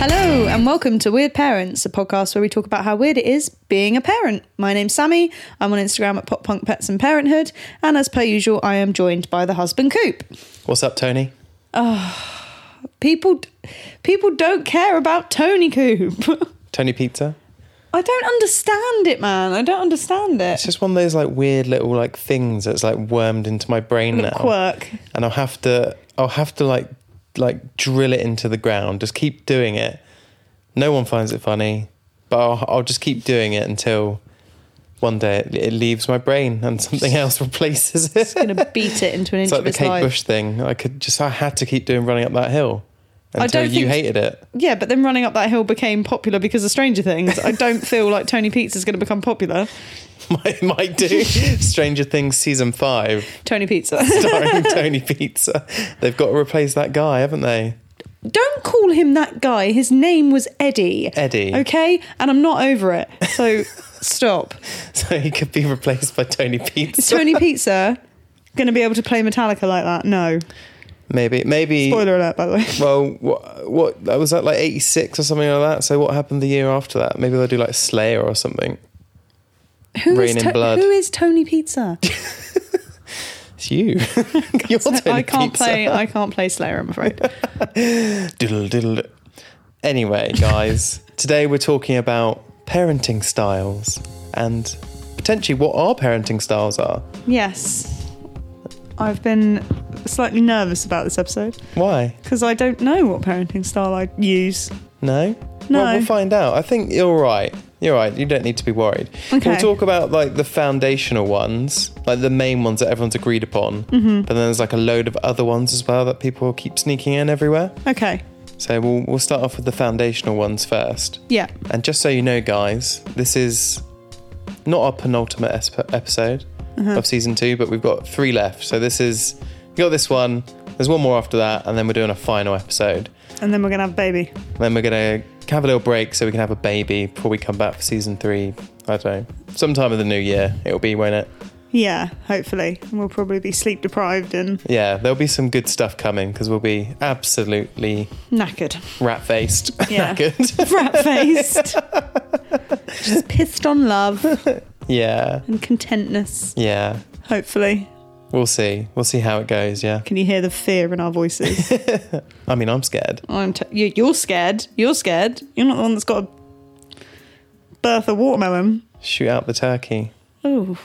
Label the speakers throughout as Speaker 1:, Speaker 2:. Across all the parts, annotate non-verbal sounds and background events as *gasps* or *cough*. Speaker 1: and welcome to Weird Parents, a podcast where we talk about how weird it is being a parent. My name's Sammy. I'm on Instagram at Pop Punk Pets and Parenthood, and as per usual, I am joined by the husband Coop.
Speaker 2: What's up, Tony?
Speaker 1: People, people don't care about Tony Coop. *laughs*
Speaker 2: Tony Pizza?
Speaker 1: I don't understand it, man. I don't understand
Speaker 2: It's
Speaker 1: it.
Speaker 2: just one of those like weird little like things that's like wormed into my brain now.
Speaker 1: Quirk.
Speaker 2: And I'll have to I'll have to like like drill it into the ground. Just keep doing it. No one finds it funny, but I'll, I'll just keep doing it until one day it, it leaves my brain
Speaker 1: *laughs*
Speaker 2: and something else replaces it.
Speaker 1: I'm gonna beat it into an inch
Speaker 2: It's like
Speaker 1: of
Speaker 2: the
Speaker 1: his
Speaker 2: Kate
Speaker 1: life.
Speaker 2: Bush thing. I could just I had to keep doing running up that hill
Speaker 1: I
Speaker 2: until
Speaker 1: don't
Speaker 2: you
Speaker 1: think-
Speaker 2: hated it. *laughs*
Speaker 1: Yeah, but then running up that hill became popular because of Stranger Things. I
Speaker 2: *laughs*
Speaker 1: don't feel like Tony Pizza's going to become popular.
Speaker 2: might,
Speaker 1: *laughs*
Speaker 2: might do. Stranger Things season five.
Speaker 1: Tony Pizza. *laughs*
Speaker 2: starring *laughs* Tony Pizza. They've got to replace that guy, haven't they?
Speaker 1: Don't call him that guy. His name was Eddie.
Speaker 2: Eddie.
Speaker 1: Okay? And I'm not over it. So stop.
Speaker 2: *laughs* So he could be replaced by Tony Pizza.
Speaker 1: Is Tony Pizza going to be able to play Metallica like that? No.
Speaker 2: Maybe, maybe.
Speaker 1: Spoiler alert, by the way.
Speaker 2: Well, what, what that was that like eighty six or something like that. So what happened the year after that? Maybe they'll do like Slayer or something.
Speaker 1: Who
Speaker 2: *laughs* Rain
Speaker 1: is,
Speaker 2: in Blood.
Speaker 1: who is Tony Pizza?
Speaker 2: It's you. *laughs* You're *laughs* Tony
Speaker 1: I can't
Speaker 2: Pizza.
Speaker 1: play. I can't play Slayer. I'm
Speaker 2: *laughs*
Speaker 1: afraid.
Speaker 2: Diddle diddle. diddle. Anyway,
Speaker 1: *laughs*
Speaker 2: guys, today we're talking about parenting styles and potentially what our parenting styles are.
Speaker 1: yes, I've been slightly nervous about this episode
Speaker 2: Why?
Speaker 1: because I don't know what parenting style I use.
Speaker 2: No?
Speaker 1: No.
Speaker 2: Well, we'll find out. I think you're right. You're right. You don't need to be worried.
Speaker 1: Okay.
Speaker 2: We'll talk about like the foundational ones, like the main ones that everyone's agreed upon. Mm-hmm. But then there's like a load of other ones as well that people keep sneaking in everywhere.
Speaker 1: Okay.
Speaker 2: So we'll we'll start off with the foundational ones first.
Speaker 1: Yeah.
Speaker 2: And just so you know, guys, this is not our penultimate esp- episode
Speaker 1: Uh-huh.
Speaker 2: of season two, but we've got three left. So this is you got this one. There's one more after that, and then we're doing a final episode.
Speaker 1: And then we're gonna have a baby.
Speaker 2: Then we're gonna have a little break so we can have a baby before we come back for season three. I don't know. Sometime in the new year it'll be, won't it?
Speaker 1: Yeah. Hopefully, And we'll probably be sleep deprived and
Speaker 2: Yeah, there'll be some good stuff coming because we'll be absolutely
Speaker 1: knackered.
Speaker 2: rat *laughs* faced.
Speaker 1: Yeah.
Speaker 2: Knackered.
Speaker 1: rat faced. *laughs* Just pissed on love
Speaker 2: yeah.
Speaker 1: and contentness,
Speaker 2: Yeah.
Speaker 1: hopefully.
Speaker 2: We'll see. We'll see how it goes. Yeah.
Speaker 1: Can you hear the fear in our *laughs* voices?
Speaker 2: I mean, I'm scared.
Speaker 1: I'm t- you, you're scared. You're scared. You're not the one that's got to birth a watermelon.
Speaker 2: Shoot out the turkey.
Speaker 1: Oh,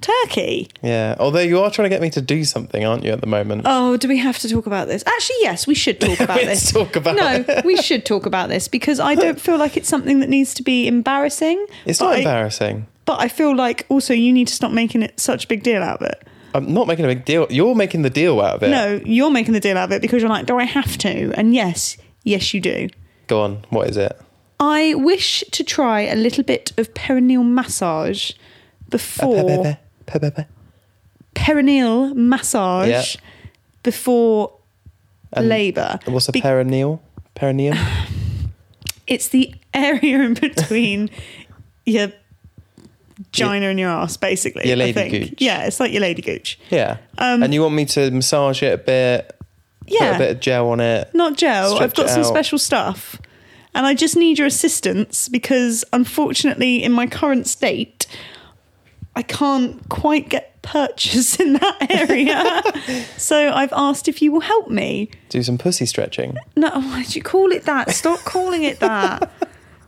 Speaker 1: turkey.
Speaker 2: Yeah. Although you are trying to get me to do something, aren't you, at the moment?
Speaker 1: Oh, do we have to talk about this? Actually, yes, *laughs* we should talk
Speaker 2: *laughs*
Speaker 1: about
Speaker 2: Let's
Speaker 1: Oh, this.
Speaker 2: talk about
Speaker 1: no, we should talk about this because I don't feel like it's something that needs to be embarrassing.
Speaker 2: It's not
Speaker 1: but I,
Speaker 2: embarrassing.
Speaker 1: but I feel like also you need to stop making it such a big deal out of it.
Speaker 2: I'm not making a big deal. You're making the deal out of it.
Speaker 1: No, you're making the deal out of it because you're like, do I have to? And yes, yes, you do.
Speaker 2: Go on. What is it?
Speaker 1: I wish to try a little bit of perineal massage before
Speaker 2: Pe-pe-pe.
Speaker 1: perineal massage
Speaker 2: Yeah. Um,
Speaker 1: before labour.
Speaker 2: What's a
Speaker 1: Be-
Speaker 2: perineal?
Speaker 1: *laughs*
Speaker 2: Perineum?
Speaker 1: it's the area in
Speaker 2: *laughs*
Speaker 1: between your vagina and your ass, basically.
Speaker 2: Your
Speaker 1: I
Speaker 2: lady
Speaker 1: think.
Speaker 2: gooch.
Speaker 1: Yeah, it's like your lady gooch.
Speaker 2: Yeah. and you want me to massage it a bit, put a bit
Speaker 1: Um, Yeah,
Speaker 2: of gel on it.
Speaker 1: not gel.
Speaker 2: Stretch
Speaker 1: I've got
Speaker 2: it
Speaker 1: some
Speaker 2: out.
Speaker 1: special stuff, and I just need your assistance because, unfortunately, in my current state, I can't quite get purchase *laughs* in that area. so I've asked if you will help me.
Speaker 2: Do some pussy stretching. *laughs*
Speaker 1: No, why do you call it that? Stop calling it that.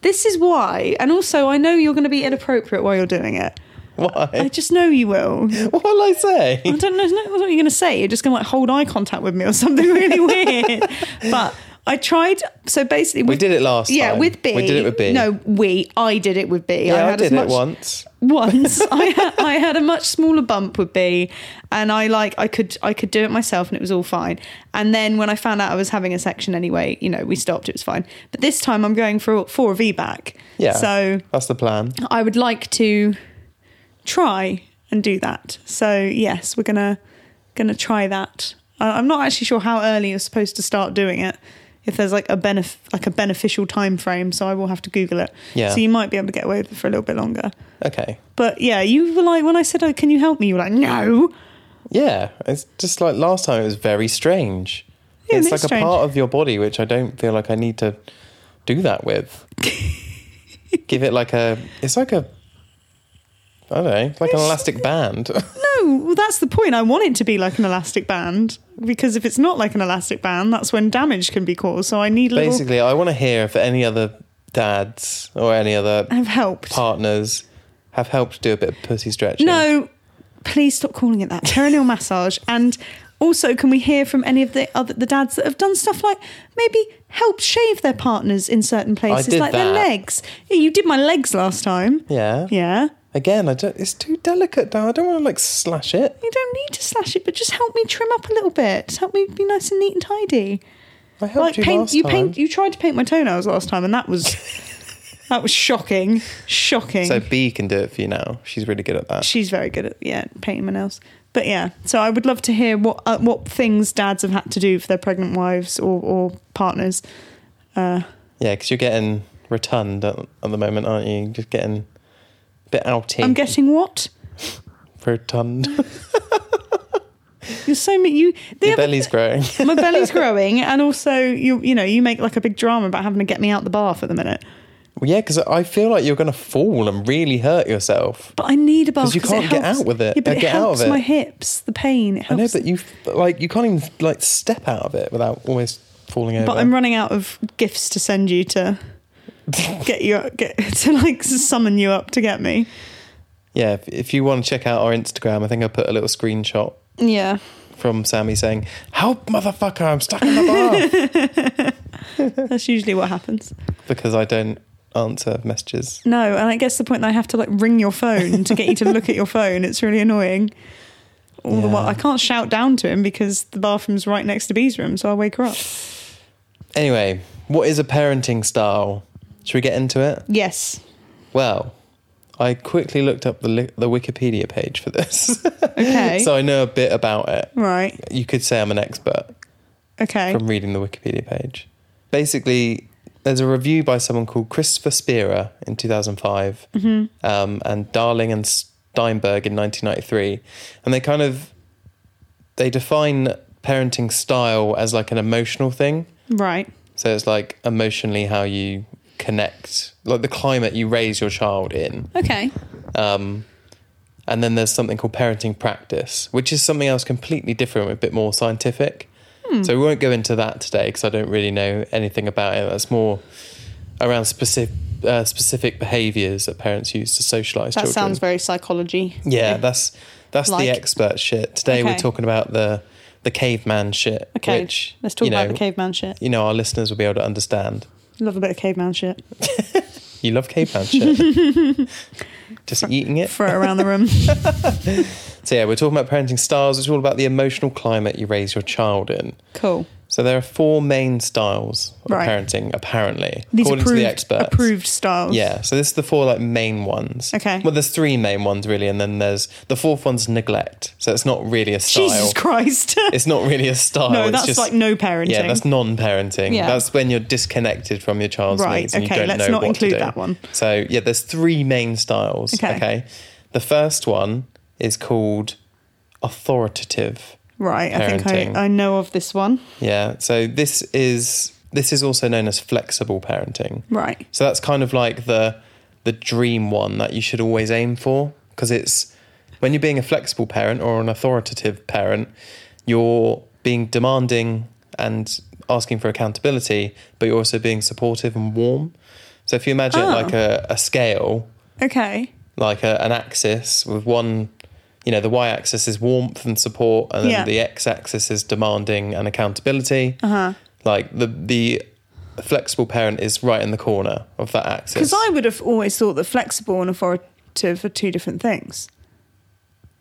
Speaker 1: This is why, and also I know you're going to be inappropriate while you're doing it. I
Speaker 2: Why?
Speaker 1: just know you will.
Speaker 2: *laughs* What will I say?
Speaker 1: I don't know, I don't know what you're going to say. You're just going to like hold eye contact with me or something really *laughs* weird. but I tried. So basically,
Speaker 2: We did it last
Speaker 1: Yeah,
Speaker 2: time.
Speaker 1: with B.
Speaker 2: We did it with B.
Speaker 1: No, we. I did it with B.
Speaker 2: Yeah, I,
Speaker 1: had as
Speaker 2: did
Speaker 1: much-
Speaker 2: it once.
Speaker 1: *laughs*
Speaker 2: *laughs*
Speaker 1: Once I had, I had a much smaller bump with B, and I like I could I could do it myself, and it was all fine. And then when I found out I was having a section anyway, you know, we stopped. It was fine. But this time I'm going for for a V back.
Speaker 2: Yeah.
Speaker 1: So
Speaker 2: that's the plan.
Speaker 1: I would like to try and do that. So yes, we're gonna gonna try that. I- I'm not actually sure how early you're supposed to start doing it. If there's like a benef- like a beneficial time frame, so I will have to Google it.
Speaker 2: Yeah.
Speaker 1: So you might be able to get away with it for a little bit longer.
Speaker 2: Okay.
Speaker 1: But yeah, you were like when I said, "Oh, can you help me?" You were like, "No."
Speaker 2: Yeah, it's just like last time. It was very strange.
Speaker 1: Yeah,
Speaker 2: it's
Speaker 1: it is
Speaker 2: like
Speaker 1: strange.
Speaker 2: a part of your body which I don't feel like I need to do
Speaker 1: *laughs*
Speaker 2: that with? Give it like a. It's like a. I don't know, like an elastic band. *laughs*
Speaker 1: No, well, that's the point. I want it to be like an elastic band because if it's not like an elastic band, that's when damage can be caused. So I need little.
Speaker 2: Basically, I want to hear if any other dads or any other
Speaker 1: I've helped.
Speaker 2: partners have helped do a bit of pussy stretching.
Speaker 1: No, please stop calling it that. Perineal massage. And also, can we hear from any of the other the dads that have done stuff like maybe help shave their partners in certain places,
Speaker 2: did
Speaker 1: like their
Speaker 2: that.
Speaker 1: legs? Yeah, you did my legs last time.
Speaker 2: Yeah.
Speaker 1: Yeah.
Speaker 2: Again, I don't, it's too delicate, Dan. I don't want to like slash it.
Speaker 1: You don't need to slash it, but just help me trim up a little bit. Just help me be nice and neat and tidy.
Speaker 2: I helped you
Speaker 1: paint
Speaker 2: last
Speaker 1: you
Speaker 2: time.
Speaker 1: paint you tried to paint my toenails last time and that was that was shocking. Shocking.
Speaker 2: So B can do it for you now. She's really good at that.
Speaker 1: she's very good at yeah painting my nails. But yeah, so I would love to hear what uh, what things dads have had to do for their pregnant wives or, or partners. Uh,
Speaker 2: Yeah, because you're getting returned at, at the moment, aren't you? Just getting a bit outy.
Speaker 1: I'm getting what
Speaker 2: *laughs* rotund.
Speaker 1: you're so ma- you. The
Speaker 2: Your
Speaker 1: other, *laughs*
Speaker 2: belly's growing. *laughs*
Speaker 1: my belly's growing, and also you you know you make like a big drama about having to get me out the bath at the minute.
Speaker 2: Well, yeah, because I feel like you're going to fall and really hurt yourself.
Speaker 1: But I need a bath
Speaker 2: 'Cause you
Speaker 1: it
Speaker 2: can't get
Speaker 1: helps-
Speaker 2: out with it.
Speaker 1: Yeah, but
Speaker 2: Uh,
Speaker 1: it
Speaker 2: get out of
Speaker 1: helps
Speaker 2: it.
Speaker 1: my hips, the pain. It
Speaker 2: I know,
Speaker 1: helps.
Speaker 2: but you like you can't even like step out of it without almost falling over.
Speaker 1: but I'm running out of gifts to send you
Speaker 2: *laughs*
Speaker 1: to get you up, get *laughs* to like summon you up to get me.
Speaker 2: yeah, if, if you want to check out our Instagram, I think I put a little screenshot
Speaker 1: Yeah.
Speaker 2: from Sammy saying, "Help, motherfucker! I'm stuck in the *laughs* bath
Speaker 1: That's usually what happens.
Speaker 2: because I don't answer messages."
Speaker 1: No, and I guess the point that I have to like ring your phone to get you to look at your phone. It's really annoying. All the
Speaker 2: Yeah.
Speaker 1: while, I can't shout down to him because the bathroom's right next to B's room, so I'll wake her up.
Speaker 2: Anyway, what is a parenting style? Should we get into it?
Speaker 1: Yes.
Speaker 2: Well, I quickly looked up the li- the Wikipedia page for this,
Speaker 1: *laughs*
Speaker 2: *laughs*
Speaker 1: Okay.
Speaker 2: so I know a bit about it.
Speaker 1: right.
Speaker 2: You could say I'm an expert.
Speaker 1: Okay.
Speaker 2: from reading the Wikipedia page. Basically, there's a review by someone called Christopher Spira in 2005 um, and Darling and Steinberg in 1993. And they kind of, they define parenting style as like an emotional thing.
Speaker 1: right.
Speaker 2: So it's like emotionally how you connect, like the climate you raise your child in.
Speaker 1: Okay.
Speaker 2: Um, and then there's something called parenting practice, which is something else completely different, a bit more scientific.
Speaker 1: Hmm.
Speaker 2: So we won't go into that today because I don't really know anything about it. That's more around specific uh, specific behaviours that parents use to socialise
Speaker 1: That
Speaker 2: children.
Speaker 1: sounds very psychology.
Speaker 2: yeah, that's that's
Speaker 1: Like.
Speaker 2: the expert shit. Today we're
Speaker 1: Okay.
Speaker 2: talking about the the caveman shit.
Speaker 1: Okay.
Speaker 2: which,
Speaker 1: Let's talk
Speaker 2: you
Speaker 1: about
Speaker 2: know,
Speaker 1: the caveman shit.
Speaker 2: You know, our listeners will be able to understand.
Speaker 1: Love a bit of caveman shit.
Speaker 2: You love caveman shit.
Speaker 1: *laughs*
Speaker 2: Just eating it.
Speaker 1: Throw it around the room.
Speaker 2: So yeah, we're talking about parenting styles. It's all about the emotional climate you raise your child in.
Speaker 1: *laughs* cool.
Speaker 2: So there are four main styles of
Speaker 1: Right.
Speaker 2: parenting, apparently,
Speaker 1: These
Speaker 2: according
Speaker 1: approved,
Speaker 2: to the experts.
Speaker 1: approved styles.
Speaker 2: Yeah. So this is the four like main ones.
Speaker 1: Okay.
Speaker 2: Well, there's three main ones really, and then there's the fourth one's neglect. So it's not really a style.
Speaker 1: Jesus Christ. *laughs*
Speaker 2: It's not really a style.
Speaker 1: no,
Speaker 2: it's
Speaker 1: that's
Speaker 2: just,
Speaker 1: like no parenting.
Speaker 2: Yeah, that's non-parenting.
Speaker 1: Yeah.
Speaker 2: That's when you're disconnected from your child's
Speaker 1: Right,
Speaker 2: needs and
Speaker 1: okay,
Speaker 2: you don't
Speaker 1: let's
Speaker 2: know
Speaker 1: not
Speaker 2: what
Speaker 1: include
Speaker 2: to do.
Speaker 1: that one.
Speaker 2: So yeah, there's three main styles.
Speaker 1: Okay.
Speaker 2: The first one is called authoritative.
Speaker 1: right. I think
Speaker 2: parenting.
Speaker 1: I, I know of this one.
Speaker 2: Yeah. So this is this is also known as flexible parenting.
Speaker 1: Right.
Speaker 2: So that's kind of like the the dream one that you should always aim for because it's when you're being a flexible parent or an authoritative parent, you're being demanding and asking for accountability, but you're also being supportive and warm. So if you imagine it
Speaker 1: Ah.
Speaker 2: like a, a scale,
Speaker 1: Okay.
Speaker 2: like a, an axis with one, you know, the y axis is warmth and support, and then
Speaker 1: Yeah.
Speaker 2: the x axis is demanding and accountability.
Speaker 1: Uh-huh.
Speaker 2: Like the the flexible parent is right in the corner of that axis.
Speaker 1: Because I would have always thought that flexible and authoritative are two different things.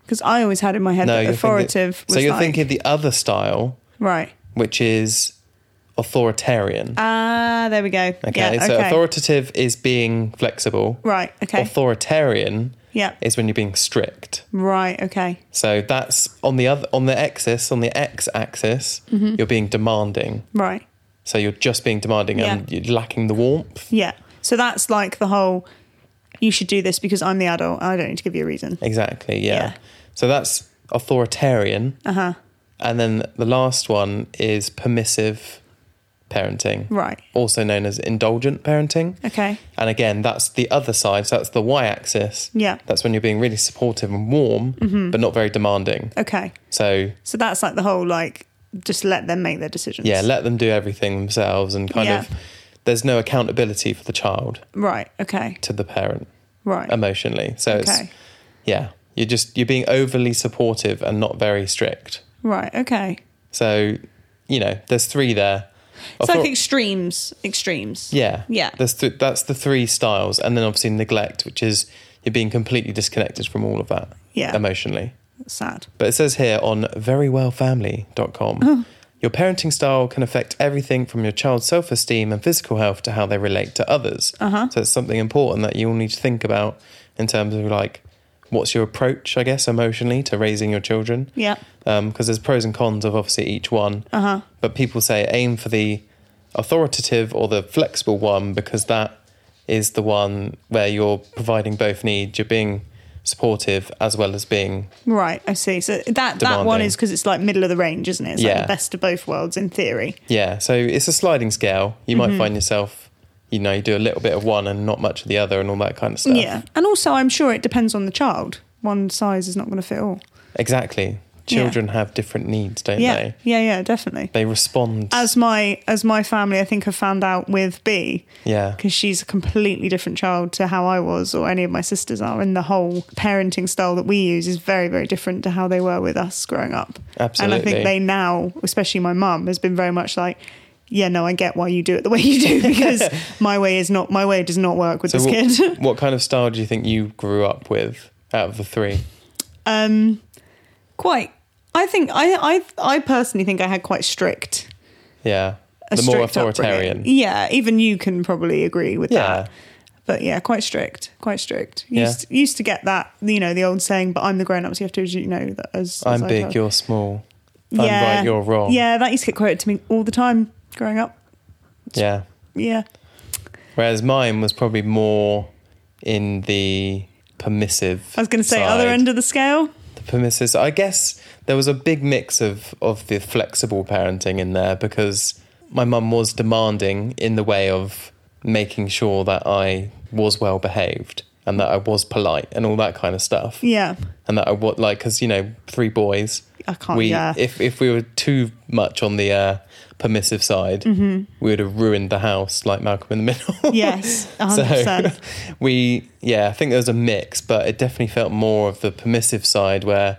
Speaker 1: Because I always had in my head that
Speaker 2: you're thinking-
Speaker 1: authoritative was
Speaker 2: so you're
Speaker 1: like-
Speaker 2: thinking the other style,
Speaker 1: right.
Speaker 2: which is authoritarian.
Speaker 1: Ah, there we go.
Speaker 2: Okay,
Speaker 1: yeah,
Speaker 2: so
Speaker 1: okay.
Speaker 2: authoritative is being flexible.
Speaker 1: right. Okay.
Speaker 2: Authoritarian
Speaker 1: yeah.
Speaker 2: is when you're being strict.
Speaker 1: Right. Okay.
Speaker 2: So that's on the other on the axis, on the x axis,
Speaker 1: Mm-hmm.
Speaker 2: you're being demanding.
Speaker 1: Right.
Speaker 2: So you're just being demanding and you're lacking the warmth.
Speaker 1: Yeah. So that's like the whole. You should do this because I'm the adult. I don't need to give you a reason.
Speaker 2: Exactly, yeah.
Speaker 1: Yeah.
Speaker 2: So that's authoritarian.
Speaker 1: Uh huh.
Speaker 2: And then the last one is permissive parenting,
Speaker 1: Right.
Speaker 2: also known as indulgent parenting.
Speaker 1: Okay.
Speaker 2: And again, that's the other side. So that's the y axis.
Speaker 1: Yeah. Mm-hmm.
Speaker 2: That's when you're being really supportive and warm, but not very demanding.
Speaker 1: Okay.
Speaker 2: So,
Speaker 1: So that's like the whole like just let them make their decisions.
Speaker 2: yeah, let them do everything themselves and kind
Speaker 1: Yeah.
Speaker 2: of there's no accountability for the child
Speaker 1: right. Okay.
Speaker 2: to the parent
Speaker 1: Right.
Speaker 2: Um, emotionally. So
Speaker 1: okay.
Speaker 2: it's, yeah, you're just, you're being overly supportive and not very strict.
Speaker 1: Right. Okay.
Speaker 2: So, you know, there's three there. I
Speaker 1: It's like
Speaker 2: thought-
Speaker 1: extremes. Extremes.
Speaker 2: Yeah.
Speaker 1: Yeah.
Speaker 2: That's th- that's the three styles, and then obviously neglect, which is you're being completely disconnected from all of that
Speaker 1: Yeah.
Speaker 2: emotionally.
Speaker 1: Sad.
Speaker 2: But it says here on verywellfamily.com,
Speaker 1: Oh.
Speaker 2: your parenting style can affect everything from your child's self-esteem and physical health to how they relate to others.
Speaker 1: Uh-huh.
Speaker 2: So it's something important that you all need to think about in terms of like what's your approach, I guess, emotionally to raising your children
Speaker 1: Yeah.
Speaker 2: because there's pros and cons of obviously each one.
Speaker 1: Uh-huh.
Speaker 2: But people say aim for the authoritative or the flexible one because that is the one where you're providing both needs. You're being supportive as well as being
Speaker 1: Right. I see. So that that one
Speaker 2: Demanding.
Speaker 1: is because it's like middle of the range, isn't it? It's like
Speaker 2: Yeah.
Speaker 1: the best of both worlds in theory.
Speaker 2: yeah. So it's a sliding scale. You
Speaker 1: Mm-hmm.
Speaker 2: might find yourself, you know, you do a little bit of one and not much of the other and all that kind of stuff.
Speaker 1: Yeah. And also, I'm sure it depends on the child. One size is not going to fit all.
Speaker 2: Exactly.
Speaker 1: Yeah.
Speaker 2: Children have different needs, don't
Speaker 1: Yeah.
Speaker 2: they?
Speaker 1: Yeah. Yeah. Definitely.
Speaker 2: They respond.
Speaker 1: As my as my family, I think, have found out with B,
Speaker 2: yeah.
Speaker 1: because she's a completely different child to how I was or any of my sisters are. And the whole parenting style that we use is very, very different to how they were with us growing up. And I
Speaker 2: Absolutely.
Speaker 1: think they now, especially my mum, has been very much like, yeah, no, I get why you do it the way you do *laughs*
Speaker 2: *laughs*
Speaker 1: because my way is not my way does not work with
Speaker 2: So
Speaker 1: this
Speaker 2: what,
Speaker 1: kid. *laughs*
Speaker 2: what kind of style do you think you grew up with out of the three?
Speaker 1: um, quite. I think I, I I personally think I had quite strict,
Speaker 2: Yeah.
Speaker 1: a
Speaker 2: the more
Speaker 1: strict upbringing.
Speaker 2: authoritarian.
Speaker 1: Yeah, even you can probably agree with that.
Speaker 2: Yeah.
Speaker 1: But yeah, quite strict, quite strict.
Speaker 2: Yeah.
Speaker 1: Used used to get that, you know, the old saying, "But I'm the grown up, so you have to, you know, that as, as
Speaker 2: I'm
Speaker 1: I
Speaker 2: big,
Speaker 1: go."
Speaker 2: you're small. I'm right, you're wrong.
Speaker 1: Yeah, that used to get quoted to me all the time growing up.
Speaker 2: Yeah.
Speaker 1: Yeah,
Speaker 2: Whereas mine was probably more in the permissive.
Speaker 1: I was going to say
Speaker 2: side.
Speaker 1: other end of the scale.
Speaker 2: The permissive. I guess there was a big mix of of the flexible parenting in there because my mum was demanding in the way of making sure that I was well behaved and that I was polite and all that kind of stuff.
Speaker 1: Yeah,
Speaker 2: and that I what like because you know three boys.
Speaker 1: I can't-
Speaker 2: We
Speaker 1: yeah.
Speaker 2: if if we were too much on the uh, permissive side,
Speaker 1: Mm-hmm.
Speaker 2: we would have ruined the house like Malcolm in the *laughs* Middle.
Speaker 1: yes, hundred percent.
Speaker 2: So *laughs* we yeah, I think there was a mix, but it definitely felt more of the permissive side where.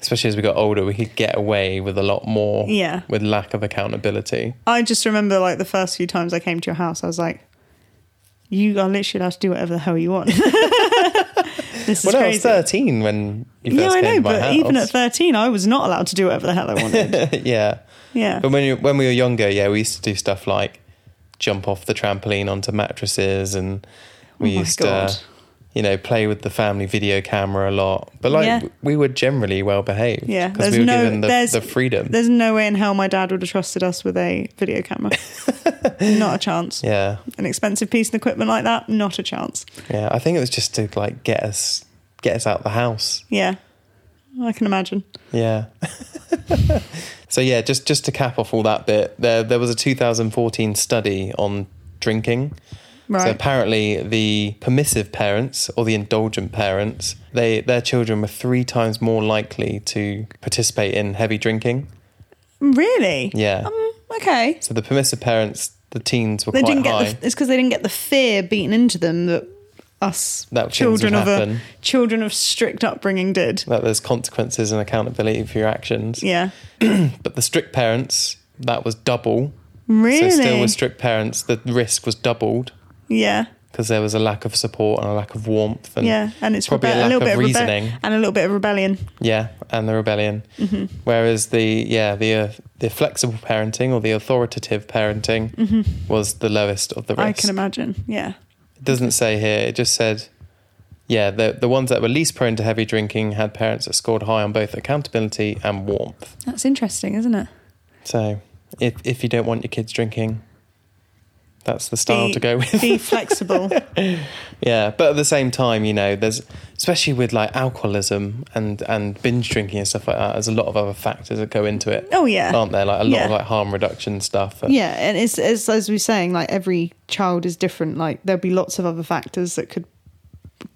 Speaker 2: Especially as we got older, we could get away with a lot more
Speaker 1: Yeah.
Speaker 2: with lack of accountability.
Speaker 1: I just remember like the first few times I came to your house, I was like, "You are literally allowed to do whatever the hell you want." *laughs* this is
Speaker 2: Well, no, I was
Speaker 1: crazy.
Speaker 2: 13 when you first
Speaker 1: yeah, I
Speaker 2: came
Speaker 1: know,
Speaker 2: to my
Speaker 1: but
Speaker 2: house.
Speaker 1: even at thirteen, I was not allowed to do whatever the hell I wanted.
Speaker 2: *laughs* yeah.
Speaker 1: Yeah,
Speaker 2: But when you, when we were younger, yeah, we used to do stuff like jump off the trampoline onto mattresses, and we
Speaker 1: Oh my
Speaker 2: used
Speaker 1: God.
Speaker 2: to, you know, play with the family video camera a lot. But like
Speaker 1: Yeah.
Speaker 2: w- we were generally well behaved,
Speaker 1: Yeah,
Speaker 2: because
Speaker 1: there's
Speaker 2: we were
Speaker 1: no-
Speaker 2: given the,
Speaker 1: there's-
Speaker 2: the freedom.
Speaker 1: There's no way in hell my dad would have trusted us with a video
Speaker 2: *laughs*
Speaker 1: camera. not a chance.
Speaker 2: Yeah,
Speaker 1: An expensive piece of equipment like that, not a chance.
Speaker 2: yeah. I think it was just to like get us get us out the house.
Speaker 1: Yeah, I can imagine.
Speaker 2: Yeah. *laughs* so yeah, just just to cap off all that bit, there there was a 2014 study on drinking. So
Speaker 1: Right.
Speaker 2: apparently, the permissive parents or the indulgent parents, they their children were three times more likely to participate in heavy drinking.
Speaker 1: really?
Speaker 2: Yeah.
Speaker 1: Um, okay.
Speaker 2: so the permissive parents, the teens were
Speaker 1: They
Speaker 2: quite
Speaker 1: didn't get
Speaker 2: high.
Speaker 1: the, it's because they didn't get the fear beaten into them that us
Speaker 2: That things
Speaker 1: children
Speaker 2: would
Speaker 1: of a
Speaker 2: happen.
Speaker 1: children of strict upbringing did.
Speaker 2: that there's consequences and accountability for your actions.
Speaker 1: Yeah.
Speaker 2: But the strict parents, that was double.
Speaker 1: Really?
Speaker 2: So still with strict parents, the risk was doubled
Speaker 1: yeah.
Speaker 2: because there was a lack of support and a lack of warmth. And
Speaker 1: Yeah. And it's
Speaker 2: probably a
Speaker 1: rebe-
Speaker 2: lack
Speaker 1: little
Speaker 2: of
Speaker 1: bit of rebe-
Speaker 2: reasoning.
Speaker 1: and a little bit of rebellion.
Speaker 2: Yeah, and the rebellion.
Speaker 1: Mm-hmm.
Speaker 2: Whereas the yeah the uh, the flexible parenting or the authoritative parenting was the lowest of the
Speaker 1: Mm-hmm. I
Speaker 2: rest.
Speaker 1: can imagine. Yeah.
Speaker 2: it doesn't say here. It just said, yeah, the the ones that were least prone to heavy drinking had parents that scored high on both accountability and warmth.
Speaker 1: That's interesting, isn't it?
Speaker 2: So if if you don't want your kids drinking, That's the style
Speaker 1: Be-
Speaker 2: to go *laughs* with.
Speaker 1: Be
Speaker 2: *laughs*
Speaker 1: flexible.
Speaker 2: Yeah, but at the same time, you know, there's especially with like alcoholism and and binge drinking and stuff like that. There's a lot of other factors that go into it,
Speaker 1: Oh yeah.
Speaker 2: aren't there? Like a lot of
Speaker 1: Yeah.
Speaker 2: like harm reduction stuff. And,
Speaker 1: Yeah, and it's, it's as we were saying, like every child is different. Like there'll be lots of other factors that could.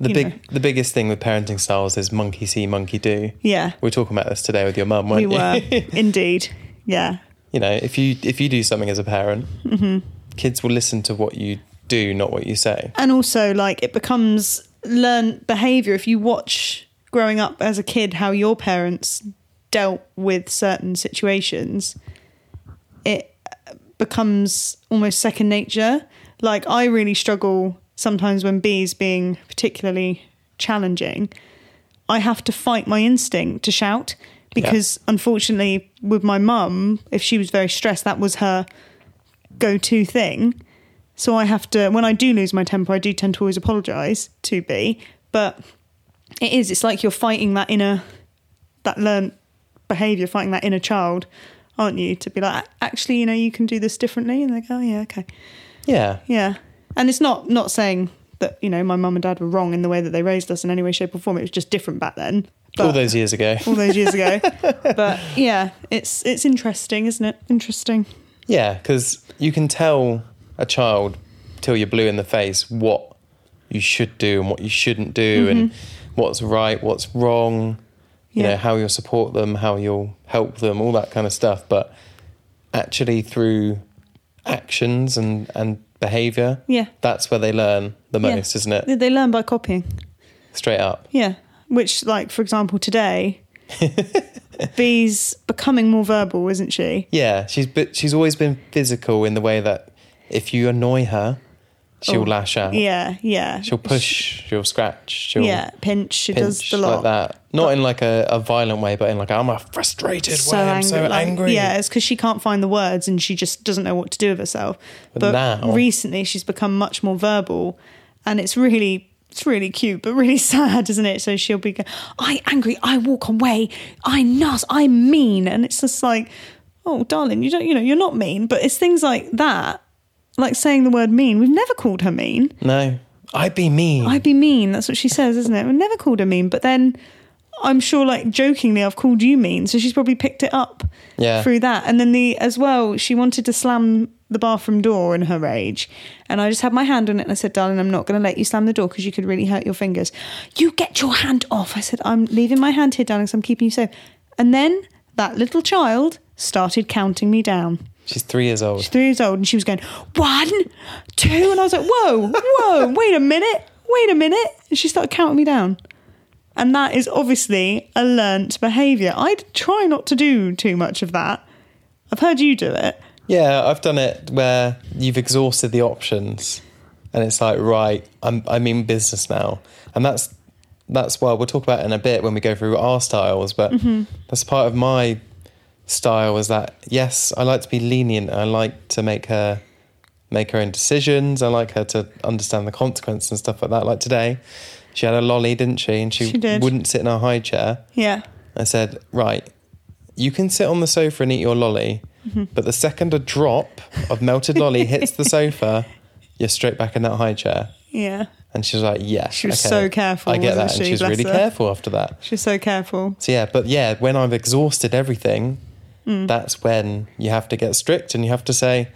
Speaker 2: the
Speaker 1: you
Speaker 2: big
Speaker 1: know.
Speaker 2: the biggest thing with parenting styles is monkey see, monkey do.
Speaker 1: Yeah,
Speaker 2: We were talking about this today with your mum,
Speaker 1: we
Speaker 2: weren't
Speaker 1: were
Speaker 2: you?
Speaker 1: indeed. Yeah,
Speaker 2: *laughs* you know, if you if you do something as a parent,
Speaker 1: Mm-hmm.
Speaker 2: kids will listen to what you do, not what you say.
Speaker 1: and also like it becomes learned behavior if you watch growing up as a kid how your parents dealt with certain situations it becomes almost second nature like i really struggle sometimes when bees being particularly challenging i have to fight my instinct to shout because unfortunately with my mum if she was very stressed that was her go-to thing so I have to, when I do lose my temper, I do tend to always apologise to B. But it is, it's like you're fighting that inner, that learned behaviour, fighting that inner child, aren't you? To be like, actually, you know, you can do this differently. And they go, oh, yeah, okay.
Speaker 2: Yeah,
Speaker 1: Yeah. And it's not, not saying that, you know, my mum and dad were wrong in the way that they raised us in any way, shape, or form. It was just different back then. But,
Speaker 2: all those years ago.
Speaker 1: all those years
Speaker 2: *laughs*
Speaker 1: ago. but yeah, it's it's interesting, isn't it? Interesting.
Speaker 2: Yeah, because you can tell a child till you're blue in the face what you should do and what you shouldn't do, and what's right, what's wrong. You
Speaker 1: Mm-hmm. Yeah.
Speaker 2: know how you'll support them, how you'll help them, all that kind of stuff. But actually, through actions and and behaviour,
Speaker 1: Yeah.
Speaker 2: that's where they learn the
Speaker 1: Yeah.
Speaker 2: most, isn't it?
Speaker 1: They- They learn by copying.
Speaker 2: Straight up.
Speaker 1: Yeah. Which, like, for example, today,
Speaker 2: *laughs*
Speaker 1: Bee's becoming more verbal, isn't she?
Speaker 2: Yeah, she's but she's always been physical in the way that if you annoy her, she'll
Speaker 1: Oh,
Speaker 2: lash out.
Speaker 1: Yeah, yeah.
Speaker 2: She'll push, she'll scratch, she'll
Speaker 1: yeah, pinch. She does
Speaker 2: pinch
Speaker 1: the lot.
Speaker 2: like that. Not in like a, a violent way, but in like I'm a frustrated
Speaker 1: So
Speaker 2: way. I'm
Speaker 1: angry,
Speaker 2: so
Speaker 1: like-
Speaker 2: angry.
Speaker 1: Yeah, it's because she can't find the words and she just doesn't know what to do with herself.
Speaker 2: But
Speaker 1: But,
Speaker 2: now-
Speaker 1: recently, she's become much more verbal, and it's really. It's really cute, but really *laughs* sad, isn't it? So she'll be, go- I angry, I walk away, I nuss, I mean, and it's just like, oh, darling, you don't, you know, you're not mean, but it's things like that, like saying the word mean. We've never called her mean.
Speaker 2: No, I'd be mean.
Speaker 1: I'd be mean. That's what she says, isn't it? I've never called her mean, but then I'm sure, like jokingly, I've called you mean, so she's probably picked it up
Speaker 2: Yeah.
Speaker 1: through that. And then the as well, she wanted to slam the bathroom door in her rage, and I just had my hand on it and I said, "Darling, I'm not going to let you slam the door because you could really hurt your fingers. You get your hand off." I said, "I'm leaving my hand here, darling, so I'm keeping you safe." And then that little child started counting me down
Speaker 2: She's three years old.
Speaker 1: three years old, and she was going one, two, and I was like, whoa, whoa, *laughs* wait a minute, wait a minute, and she started counting me down. And that is obviously a learnt behaviour. I try not to do too much of that. I've heard you do it.
Speaker 2: Yeah, I've done it where you've exhausted the options, and it's like right, I'm I'm in business now, and that's that's why we'll talk about it in a bit when we go through our styles. But
Speaker 1: Mm-hmm.
Speaker 2: that's part of my style is that yes, I like to be lenient. I like to make her make her own decisions. I like her to understand the consequence and stuff like that. Like today, she had a lolly, didn't she? And she,
Speaker 1: She did.
Speaker 2: wouldn't sit in her high chair.
Speaker 1: Yeah.
Speaker 2: I said, right, you can sit on the sofa and eat your lolly,
Speaker 1: Mm-hmm.
Speaker 2: but the second a drop of melted lolly hits the sofa, you're straight back in that high chair.
Speaker 1: Yeah.
Speaker 2: And she was like, yeah.
Speaker 1: She was so careful,
Speaker 2: I get
Speaker 1: wasn't
Speaker 2: that. And
Speaker 1: she?
Speaker 2: she was
Speaker 1: Bless
Speaker 2: really
Speaker 1: her.
Speaker 2: careful after that.
Speaker 1: She's so careful.
Speaker 2: So, yeah, but yeah, when I've exhausted everything,
Speaker 1: Mm.
Speaker 2: that's when you have to get strict and you have to say,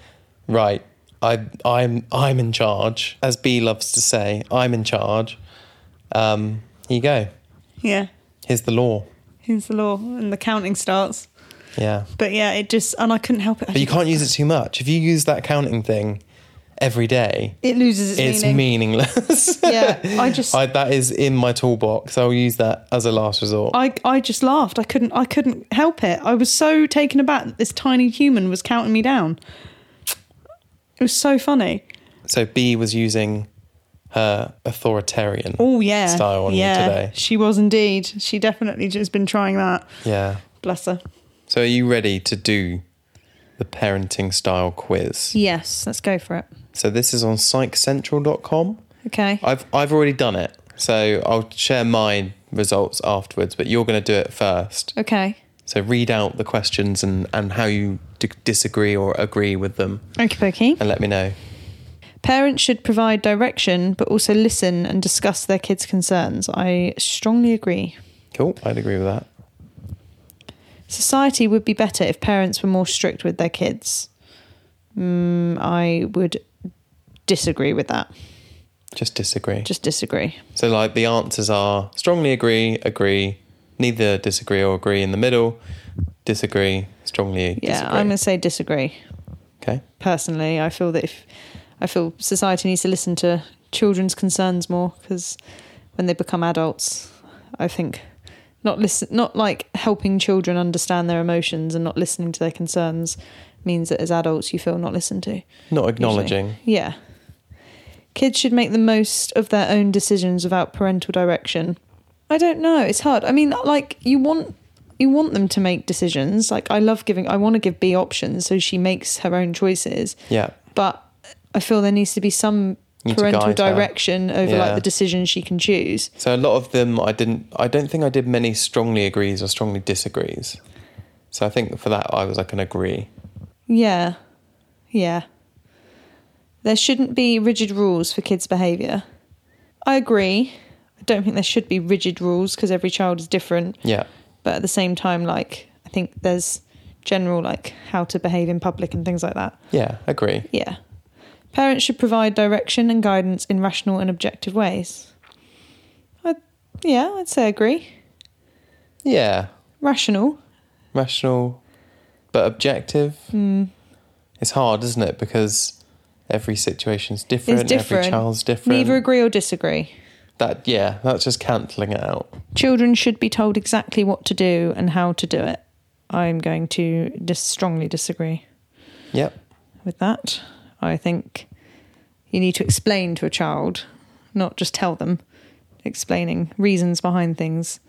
Speaker 2: right, I, I'm, I'm in charge. As B loves to say, I'm in charge. Um, here you go.
Speaker 1: Yeah.
Speaker 2: Here's the law.
Speaker 1: Here's the law, and the counting starts.
Speaker 2: Yeah.
Speaker 1: But yeah, it just, and I couldn't help it.
Speaker 2: But you can't use it too much. If you use that counting thing every day,
Speaker 1: It loses its,
Speaker 2: it's
Speaker 1: meaning.
Speaker 2: meaningless. *laughs*
Speaker 1: Yeah. I just,
Speaker 2: I, that is in my toolbox. I'll use that as a last resort.
Speaker 1: I, I just laughed. I couldn't I couldn't help it. I was so taken aback that this tiny human was counting me down. It was so funny.
Speaker 2: So B was using her authoritarian
Speaker 1: Oh yeah,
Speaker 2: style on
Speaker 1: yeah,
Speaker 2: you today.
Speaker 1: She was indeed. She definitely has been trying that.
Speaker 2: Yeah.
Speaker 1: Bless her.
Speaker 2: So are you ready to do the parenting style quiz?
Speaker 1: Yes, let's go for it.
Speaker 2: So this is on psychcentral.com.
Speaker 1: Okay.
Speaker 2: I've I've already done it. So I'll share my results afterwards, but you're going to do it first.
Speaker 1: Okay.
Speaker 2: So read out the questions and, and how you d- disagree or agree with them
Speaker 1: Okie dokie.
Speaker 2: and let me know.
Speaker 1: Parents should provide direction, but also listen and discuss their kids' concerns. I strongly agree.
Speaker 2: Cool. I'd agree with that.
Speaker 1: Society would be better if parents were more strict with their kids. Mm, I would disagree with that.
Speaker 2: Just disagree.
Speaker 1: Just disagree.
Speaker 2: So, like, the answers are strongly agree, agree, neither disagree or agree in the middle, disagree, strongly
Speaker 1: Yeah,
Speaker 2: disagree.
Speaker 1: I'm going to say disagree.
Speaker 2: okay.
Speaker 1: Personally, I feel that if I feel society needs to listen to children's concerns more because when they become adults, I think not listen, not like helping children understand their emotions and not listening to their concerns means that as adults you feel not listened to.
Speaker 2: Not
Speaker 1: usually.
Speaker 2: acknowledging.
Speaker 1: Yeah. Kids should make the most of their own decisions without parental direction. I don't know, it's hard. I mean, like you want you want them to make decisions. Like I love giving I want to give B options so she makes her own choices,
Speaker 2: Yeah.
Speaker 1: but I feel there needs to be some
Speaker 2: You need to
Speaker 1: parental
Speaker 2: guide her.
Speaker 1: direction over like
Speaker 2: Yeah.
Speaker 1: the decisions she can choose.
Speaker 2: So a lot of them, I didn't. I don't think I did many strongly agrees or strongly disagrees. So I think for that, I was like an agree.
Speaker 1: Yeah. Yeah. There shouldn't be rigid rules for kids' behaviour. I agree. I don't think there should be rigid rules because every child is different.
Speaker 2: Yeah,
Speaker 1: but at the same time like i think there's general like how to behave in public and things like that
Speaker 2: yeah, agree.
Speaker 1: yeah parents should provide direction and guidance in rational and objective ways I, yeah i'd say agree
Speaker 2: Yeah,
Speaker 1: rational
Speaker 2: rational, but objective.
Speaker 1: Hmm.
Speaker 2: It's hard, isn't it? Because every situation's different.
Speaker 1: different.
Speaker 2: Every child's different.
Speaker 1: neither agree or disagree
Speaker 2: That yeah, that's just cancelling it out.
Speaker 1: children should be told exactly what to do and how to do it i'm going to dis- strongly disagree
Speaker 2: Yep.
Speaker 1: with that. I think you need to explain to a child, not just tell them, explaining reasons behind things.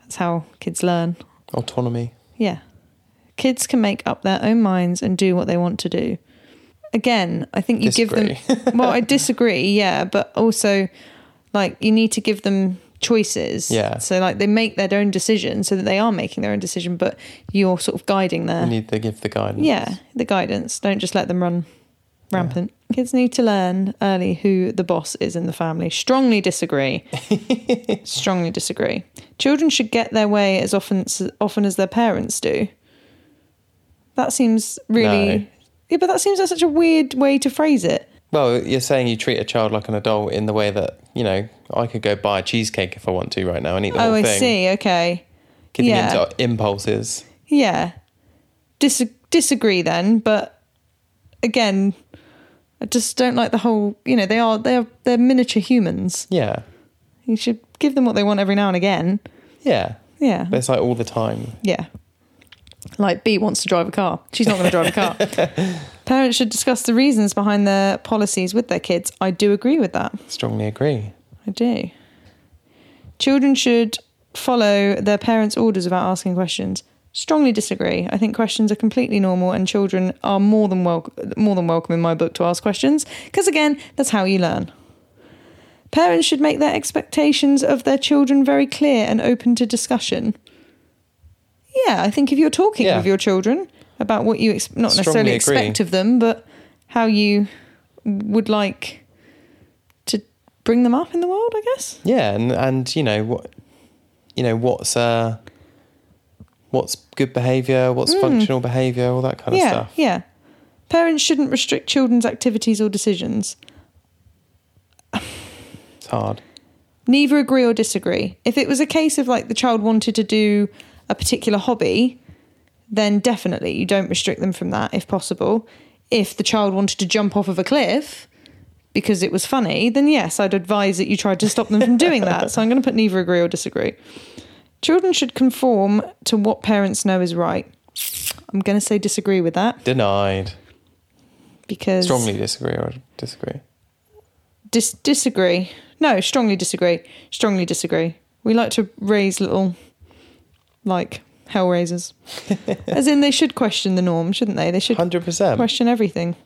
Speaker 1: That's how kids learn.
Speaker 2: Autonomy.
Speaker 1: Yeah. Kids can make up their own minds and do what they want to do. Again, I think you give them. *laughs* well, I disagree, yeah, but also, like, you need to give them choices.
Speaker 2: Yeah.
Speaker 1: So, like, they make their own decision so that they are making their own decision, but you're sort of guiding their
Speaker 2: You need to give the guidance.
Speaker 1: yeah, the guidance. Don't just let them run rampant. Kids need to learn early who the boss is in the family. Strongly
Speaker 2: *laughs*
Speaker 1: disagree. Strongly disagree. Children should get their way as often often as their parents do. That seems really
Speaker 2: No.
Speaker 1: Yeah, but that seems like such a weird way to phrase it.
Speaker 2: Well, you're saying you treat a child like an adult in the way that you know I could go buy a cheesecake if I want to right now and eat the
Speaker 1: oh,
Speaker 2: whole
Speaker 1: I
Speaker 2: thing.
Speaker 1: see. Okay.
Speaker 2: Giving
Speaker 1: Yeah.
Speaker 2: into impulses.
Speaker 1: Yeah. Dis- disagree then, but again, I just don't like the whole, you know, they are they're they're miniature humans.
Speaker 2: Yeah.
Speaker 1: You should give them what they want every now and again.
Speaker 2: Yeah.
Speaker 1: Yeah.
Speaker 2: But it's like all the time.
Speaker 1: Yeah. Like B wants to drive a car. She's not going to drive a car. Parents should discuss the reasons behind their policies with their kids. I do agree with that.
Speaker 2: Strongly agree.
Speaker 1: I do. Children should follow their parents' orders without asking questions. Strongly disagree. I think questions are completely normal, and children are more than wel- more than welcome in my book to ask questions because again, that's how you learn. Parents should make their expectations of their children very clear and open to discussion. Yeah, I think if you're talking
Speaker 2: Yeah.
Speaker 1: with your children about what you ex- not necessarily
Speaker 2: Strongly agree.
Speaker 1: expect of them, but how you would like to bring them up in the world, I guess.
Speaker 2: Yeah, and and you know what, you know what's uh, what's good behaviour, what's functional behaviour, all that kind of
Speaker 1: Hmm. yeah,
Speaker 2: stuff.
Speaker 1: yeah. Parents shouldn't restrict children's activities or decisions.
Speaker 2: It's hard.
Speaker 1: Neither agree or disagree. If it was a case of like the child wanted to do a particular hobby, then definitely you don't restrict them from that if possible. If the child wanted to jump off of a cliff because it was funny, then yes, I'd advise that you try to stop them from doing that. So I'm going to put neither agree or disagree. Children should conform to what parents know is right. I'm going to say disagree with that
Speaker 2: Denied.
Speaker 1: because
Speaker 2: Strongly disagree or disagree.
Speaker 1: dis- disagree. No, strongly disagree. Strongly disagree. We like to raise little, like, hell raisers. As in, they should question the norm, shouldn't they? They should
Speaker 2: Hundred percent.
Speaker 1: question everything.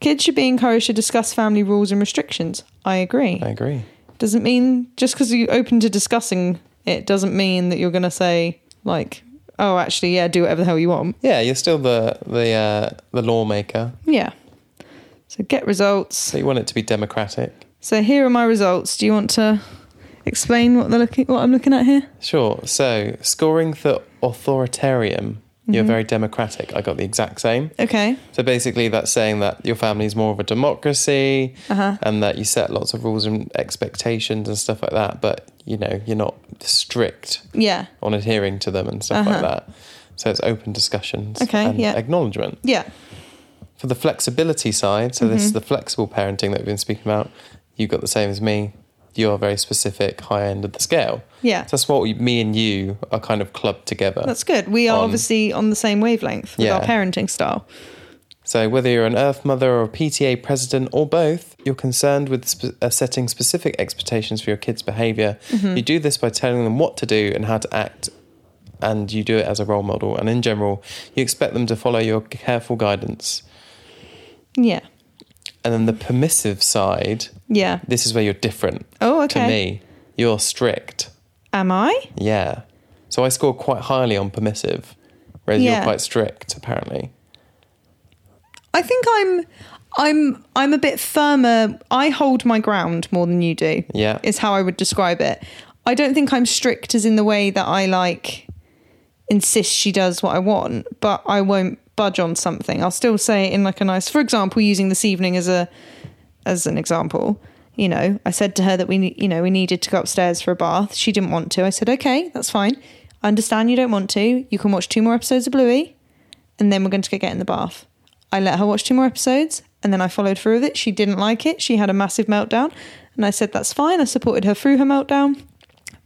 Speaker 1: Kids should be encouraged to discuss family rules and restrictions. I agree.
Speaker 2: I agree.
Speaker 1: Doesn't mean just because you're open to discussing it doesn't mean that you're going to say, like, oh, actually, yeah, do whatever the hell you want.
Speaker 2: Yeah, you're still the the uh, the lawmaker.
Speaker 1: Yeah. So get results.
Speaker 2: So you want it to be democratic.
Speaker 1: So here are my results. Do you want to explain what they're looking what I'm looking at here?
Speaker 2: Sure. So scoring the authoritarian, you're
Speaker 1: Mm-hmm.
Speaker 2: very democratic. I got the exact same.
Speaker 1: Okay.
Speaker 2: So basically, that's saying that your family is more of a democracy
Speaker 1: Uh-huh.
Speaker 2: and that you set lots of rules and expectations and stuff like that. But you know, you're not strict
Speaker 1: Yeah.
Speaker 2: on adhering to them and stuff like that. So it's open discussions
Speaker 1: Uh-huh. Okay,
Speaker 2: and
Speaker 1: yeah.
Speaker 2: acknowledgement.
Speaker 1: Yeah.
Speaker 2: For the flexibility side, so this is
Speaker 1: Mm-hmm.
Speaker 2: the flexible parenting that we've been speaking about. You got the same as me. You're very specific, high end of the scale.
Speaker 1: Yeah.
Speaker 2: So that's what we- me and you are kind of clubbed together.
Speaker 1: That's good. We are
Speaker 2: On-
Speaker 1: obviously on the same wavelength with our
Speaker 2: Yeah.
Speaker 1: parenting style.
Speaker 2: So, whether you're an Earth Mother or a PTA president or both, you're concerned with sp- uh, setting specific expectations for your kids' behavior.
Speaker 1: Mm-hmm.
Speaker 2: You do this by telling them what to do and how to act, and you do it as a role model. And in general, you expect them to follow your careful guidance.
Speaker 1: Yeah.
Speaker 2: And then the permissive side,
Speaker 1: Yeah.
Speaker 2: this is where you're different
Speaker 1: Oh, okay.
Speaker 2: to me. You're strict.
Speaker 1: Am I?
Speaker 2: Yeah. So, I scored quite highly on permissive, whereas
Speaker 1: Yeah.
Speaker 2: you're quite strict, apparently.
Speaker 1: I think I'm I'm I'm a bit firmer. I hold my ground more than you do.
Speaker 2: Yeah.
Speaker 1: Is how I would describe it. I don't think I'm strict as in the way that I like insist she does what I want, but I won't budge on something. I'll still say it in like a nice for example, using this evening as a as an example. You know, I said to her that we ne- you know, we needed to go upstairs for a bath. She didn't want to. I said, "Okay, that's fine. I understand you don't want to. You can watch two more episodes of Bluey." and then we're going to go get in the bath. I let her watch two more episodes and then I followed through with it. She didn't like it. She had a massive meltdown. And I said, that's fine. I supported her through her meltdown,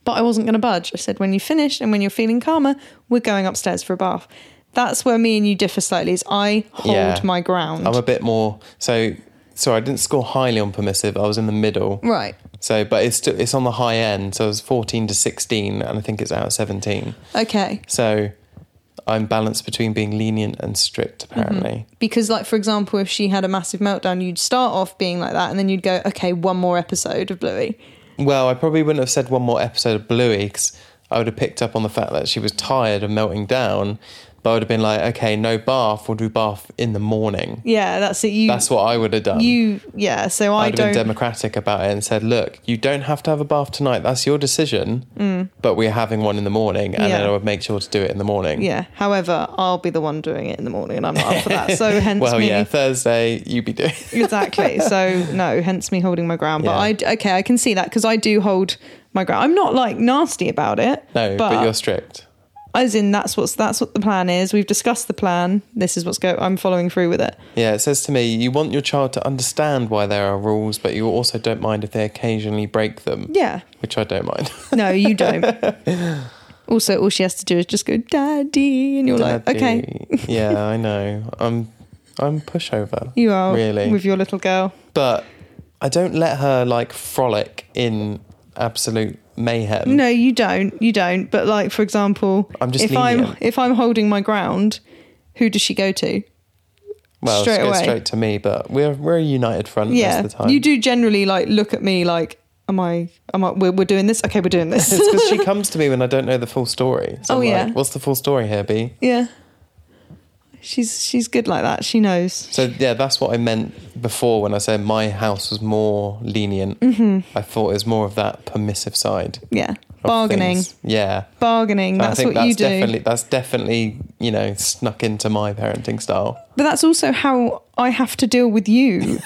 Speaker 1: but I wasn't going to budge. I said, when you finish and when you're feeling calmer, we're going upstairs for a bath. That's where me and you differ slightly is I hold
Speaker 2: Yeah.
Speaker 1: my ground.
Speaker 2: I'm a bit more so. Sorry, I didn't score highly on permissive. I was in the middle.
Speaker 1: right.
Speaker 2: So, but it's still, it's on the high end. So it's 14 to 16, and I think it's out of 17.
Speaker 1: Okay.
Speaker 2: So I'm balanced between being lenient and strict, apparently.
Speaker 1: Because, like, for example, if she had a massive meltdown, you'd start off being like that and then you'd go, okay, one more episode of Bluey.
Speaker 2: Well, I probably wouldn't have said one more episode of Bluey because I would have picked up on the fact that she was tired of melting down. But I would have been like, okay, no bath. We'll do bath in the morning.
Speaker 1: Yeah, that's it. You,
Speaker 2: That's what I would have done.
Speaker 1: you, yeah. So I
Speaker 2: I'd have
Speaker 1: don't.
Speaker 2: been democratic about it and said, look, you don't have to have a bath tonight. That's your decision. But we're having one in the morning. And then
Speaker 1: Mm. Yeah.
Speaker 2: I would make sure to do it in the morning.
Speaker 1: Yeah. However, I'll be the one doing it in the morning, and I'm not up for that.
Speaker 2: *laughs*
Speaker 1: So hence
Speaker 2: Well,
Speaker 1: me.
Speaker 2: yeah, Thursday, you be *laughs* doing *laughs*
Speaker 1: Exactly. So no, hence me holding my ground.
Speaker 2: Yeah.
Speaker 1: But I okay, I can see that because I do hold my ground. I'm not like nasty about it.
Speaker 2: No, but, you're strict.
Speaker 1: as in that's what's that's what the plan is. We've discussed the plan. This is what's go. I'm following through with it.
Speaker 2: Yeah, it says to me, you want your child to understand why there are rules, but you also don't mind if they occasionally break them.
Speaker 1: Yeah.
Speaker 2: Which I don't mind.
Speaker 1: No, you
Speaker 2: *laughs*
Speaker 1: don't. also, all she has to do is just go, "Daddy," and you're like, "Okay."
Speaker 2: Daddy. *laughs* yeah, I know. I'm I'm pushover.
Speaker 1: You are
Speaker 2: Really.
Speaker 1: with your little girl.
Speaker 2: but I don't let her like frolic in absolute mayhem.
Speaker 1: No, you don't. You don't. But like, for example,
Speaker 2: I'm Um, just
Speaker 1: if I'm
Speaker 2: lenient.
Speaker 1: if I'm holding my ground, who does she go to?
Speaker 2: well,
Speaker 1: straight
Speaker 2: it's, it's
Speaker 1: away.
Speaker 2: straight to me, but we're we're a united front
Speaker 1: Yeah,
Speaker 2: most of the time.
Speaker 1: you do generally like look at me like, am I? Am I? We're, we're doing this. Okay, we're doing
Speaker 2: *laughs*
Speaker 1: this.
Speaker 2: It's
Speaker 1: *laughs*
Speaker 2: because she comes to me when I don't know the full story. So
Speaker 1: Oh,
Speaker 2: I'm
Speaker 1: yeah.
Speaker 2: like, what's the full story here, B?
Speaker 1: yeah, she's she's good like that. She knows.
Speaker 2: So yeah, that's what I meant before when I said my house was more lenient.
Speaker 1: Mm-hmm.
Speaker 2: I thought it was more of that permissive side.
Speaker 1: Yeah,
Speaker 2: of
Speaker 1: bargaining,
Speaker 2: things. Yeah.
Speaker 1: bargaining.
Speaker 2: And I
Speaker 1: That's
Speaker 2: think
Speaker 1: what
Speaker 2: that's
Speaker 1: you do.
Speaker 2: definitely that's definitely, you know, snuck into my parenting style.
Speaker 1: But that's also how I have to deal with
Speaker 2: *laughs*
Speaker 1: you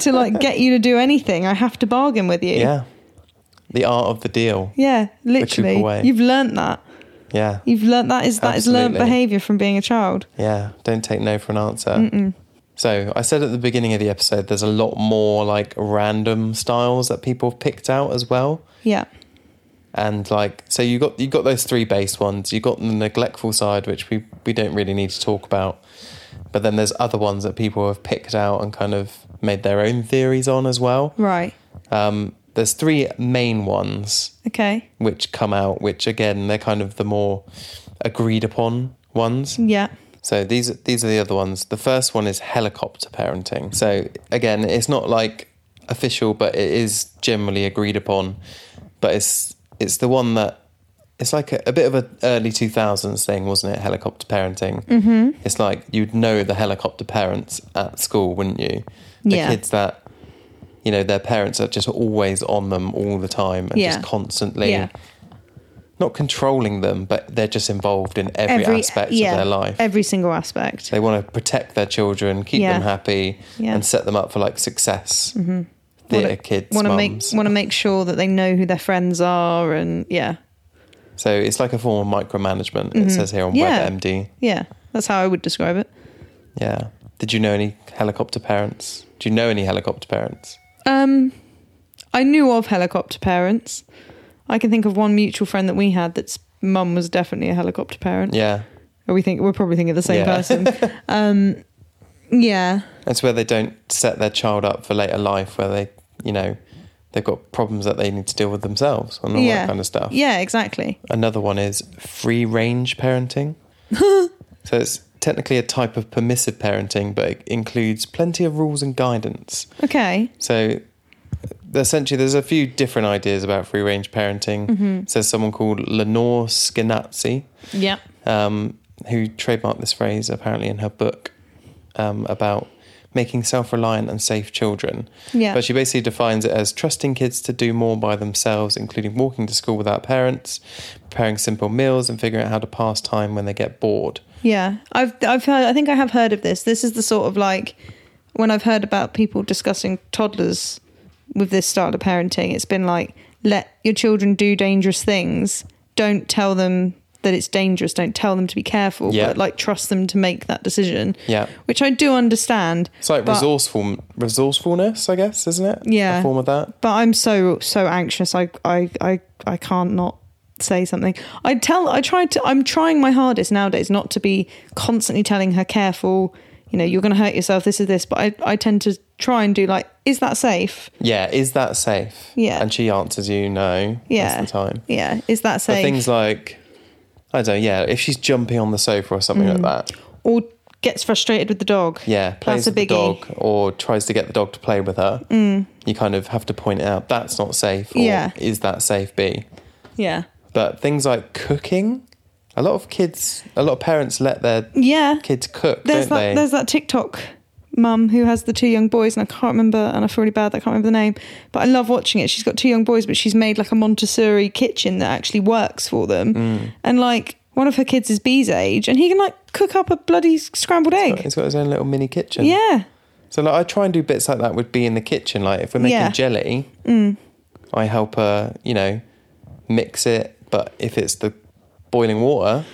Speaker 1: to like get you to do anything. I have to bargain with you.
Speaker 2: Yeah. The art of the deal.
Speaker 1: Yeah, literally.
Speaker 2: way.
Speaker 1: You've learnt that.
Speaker 2: Yeah.
Speaker 1: You've learnt that is that is learnt
Speaker 2: Absolutely.
Speaker 1: behaviour from being a child.
Speaker 2: Yeah, don't take no for an answer. So I said at the beginning of the episode, there's a lot more like random styles that people have picked out as well.
Speaker 1: Yeah.
Speaker 2: And like, so you got you got those three base ones. You got the neglectful side, which we we don't really need to talk about. But then there's other ones that people have picked out and kind of made their own theories on as well.
Speaker 1: Right.
Speaker 2: Um, there's three main ones
Speaker 1: Okay.
Speaker 2: which come out, which again they're kind of the more agreed upon ones.
Speaker 1: Yeah.
Speaker 2: So these these are the other ones. The first one is helicopter parenting. So again, it's not like official, but it is generally agreed upon. But it's it's the one that it's like a, a bit of an early 2000s thing, wasn't it? Helicopter parenting. Mm-hmm. It's like you'd know the helicopter parents at school, wouldn't you? The
Speaker 1: Yeah.
Speaker 2: kids that, you know, their parents are just always on them all the time and
Speaker 1: Yeah.
Speaker 2: just constantly,
Speaker 1: Yeah.
Speaker 2: not controlling them, but they're just involved in every, aspect of their life.
Speaker 1: Every single aspect.
Speaker 2: they want to protect their children, keep
Speaker 1: Yeah.
Speaker 2: them happy,
Speaker 1: Yeah.
Speaker 2: and set them up for like success. Mm-hmm. Their
Speaker 1: Wanna-
Speaker 2: kids,
Speaker 1: want to make
Speaker 2: mums.
Speaker 1: want to make sure that they know who their friends are and yeah
Speaker 2: So it's like a form of micromanagement. It says here on
Speaker 1: Mm-hmm. Yeah.
Speaker 2: WebMD.
Speaker 1: yeah that's how I would describe it.
Speaker 2: Yeah. Did you know any helicopter parents? Do you know any helicopter parents?
Speaker 1: Um, I knew of helicopter parents. I can think of one mutual friend that we had that's mum was definitely a helicopter parent.
Speaker 2: Yeah.
Speaker 1: Or we think we're probably thinking of the same
Speaker 2: Yeah. *laughs*
Speaker 1: person. um, yeah,
Speaker 2: That's where they don't set their child up for later life, where they, you know, they've got problems that they need to deal with themselves and all
Speaker 1: Yeah.
Speaker 2: that kind of stuff.
Speaker 1: yeah, exactly.
Speaker 2: Another one is free range parenting. so it's technically a type of permissive parenting, but it includes plenty of rules and guidance.
Speaker 1: Okay,
Speaker 2: So essentially, there's a few different ideas about free range parenting. It says someone called Lenore Skenazzi.
Speaker 1: yeah,
Speaker 2: um, who trademarked this phrase apparently in her book um, about making self reliant and safe children.
Speaker 1: yeah,
Speaker 2: But she basically defines it as trusting kids to do more by themselves, including walking to school without parents, preparing simple meals, and figuring out how to pass time when they get bored.
Speaker 1: yeah. I've I've heard. I think I have heard of this. This is the sort of like when I've heard about people discussing toddlers with this style of parenting. It's been like let your children do dangerous things. Don't tell them that it's dangerous. Don't tell them to be careful.
Speaker 2: Yeah.
Speaker 1: But like trust them to make that decision.
Speaker 2: Yeah.
Speaker 1: Which I do understand.
Speaker 2: It's like
Speaker 1: But-
Speaker 2: resourceful resourcefulness, I guess, isn't it?
Speaker 1: Yeah.
Speaker 2: A form of that.
Speaker 1: But I'm so so anxious. I I I, I can't not say something. I tell I try to I'm trying my hardest nowadays not to be constantly telling her careful, you know, you're gonna hurt yourself, this is this, but I, I tend to try and do like, is that safe?
Speaker 2: Yeah. Is that safe?
Speaker 1: Yeah.
Speaker 2: And she answers you no.
Speaker 1: Yeah.
Speaker 2: Most of the time.
Speaker 1: Yeah. Is that
Speaker 2: But
Speaker 1: safe?
Speaker 2: things like, I don't know, yeah, if she's jumping on the sofa or something like that.
Speaker 1: or gets frustrated with the dog.
Speaker 2: yeah, plays
Speaker 1: Mm. That's a
Speaker 2: with the
Speaker 1: biggie. Mm.
Speaker 2: dog or tries to get the dog to play with her, you kind of have to point out that's not safe or
Speaker 1: Yeah.
Speaker 2: is that safe B?
Speaker 1: Yeah.
Speaker 2: But things like cooking, a lot of kids, a lot of parents let their
Speaker 1: Yeah.
Speaker 2: kids cook,
Speaker 1: There's
Speaker 2: don't
Speaker 1: that
Speaker 2: they?
Speaker 1: there's that TikTok mum who has the two young boys and I can't remember and I feel really bad that I can't remember the name. But I love watching it. She's got two young boys, but she's made like a Montessori kitchen that actually works for them.
Speaker 2: Mm.
Speaker 1: And like one of her kids is B's age and he can like cook up a bloody scrambled egg.
Speaker 2: He's got his own little mini kitchen.
Speaker 1: Yeah.
Speaker 2: So like, I try and do bits like that with be in the kitchen. Like if we're making
Speaker 1: Yeah. Mm.
Speaker 2: jelly, I help her, you know, mix it. But if it's the boiling water,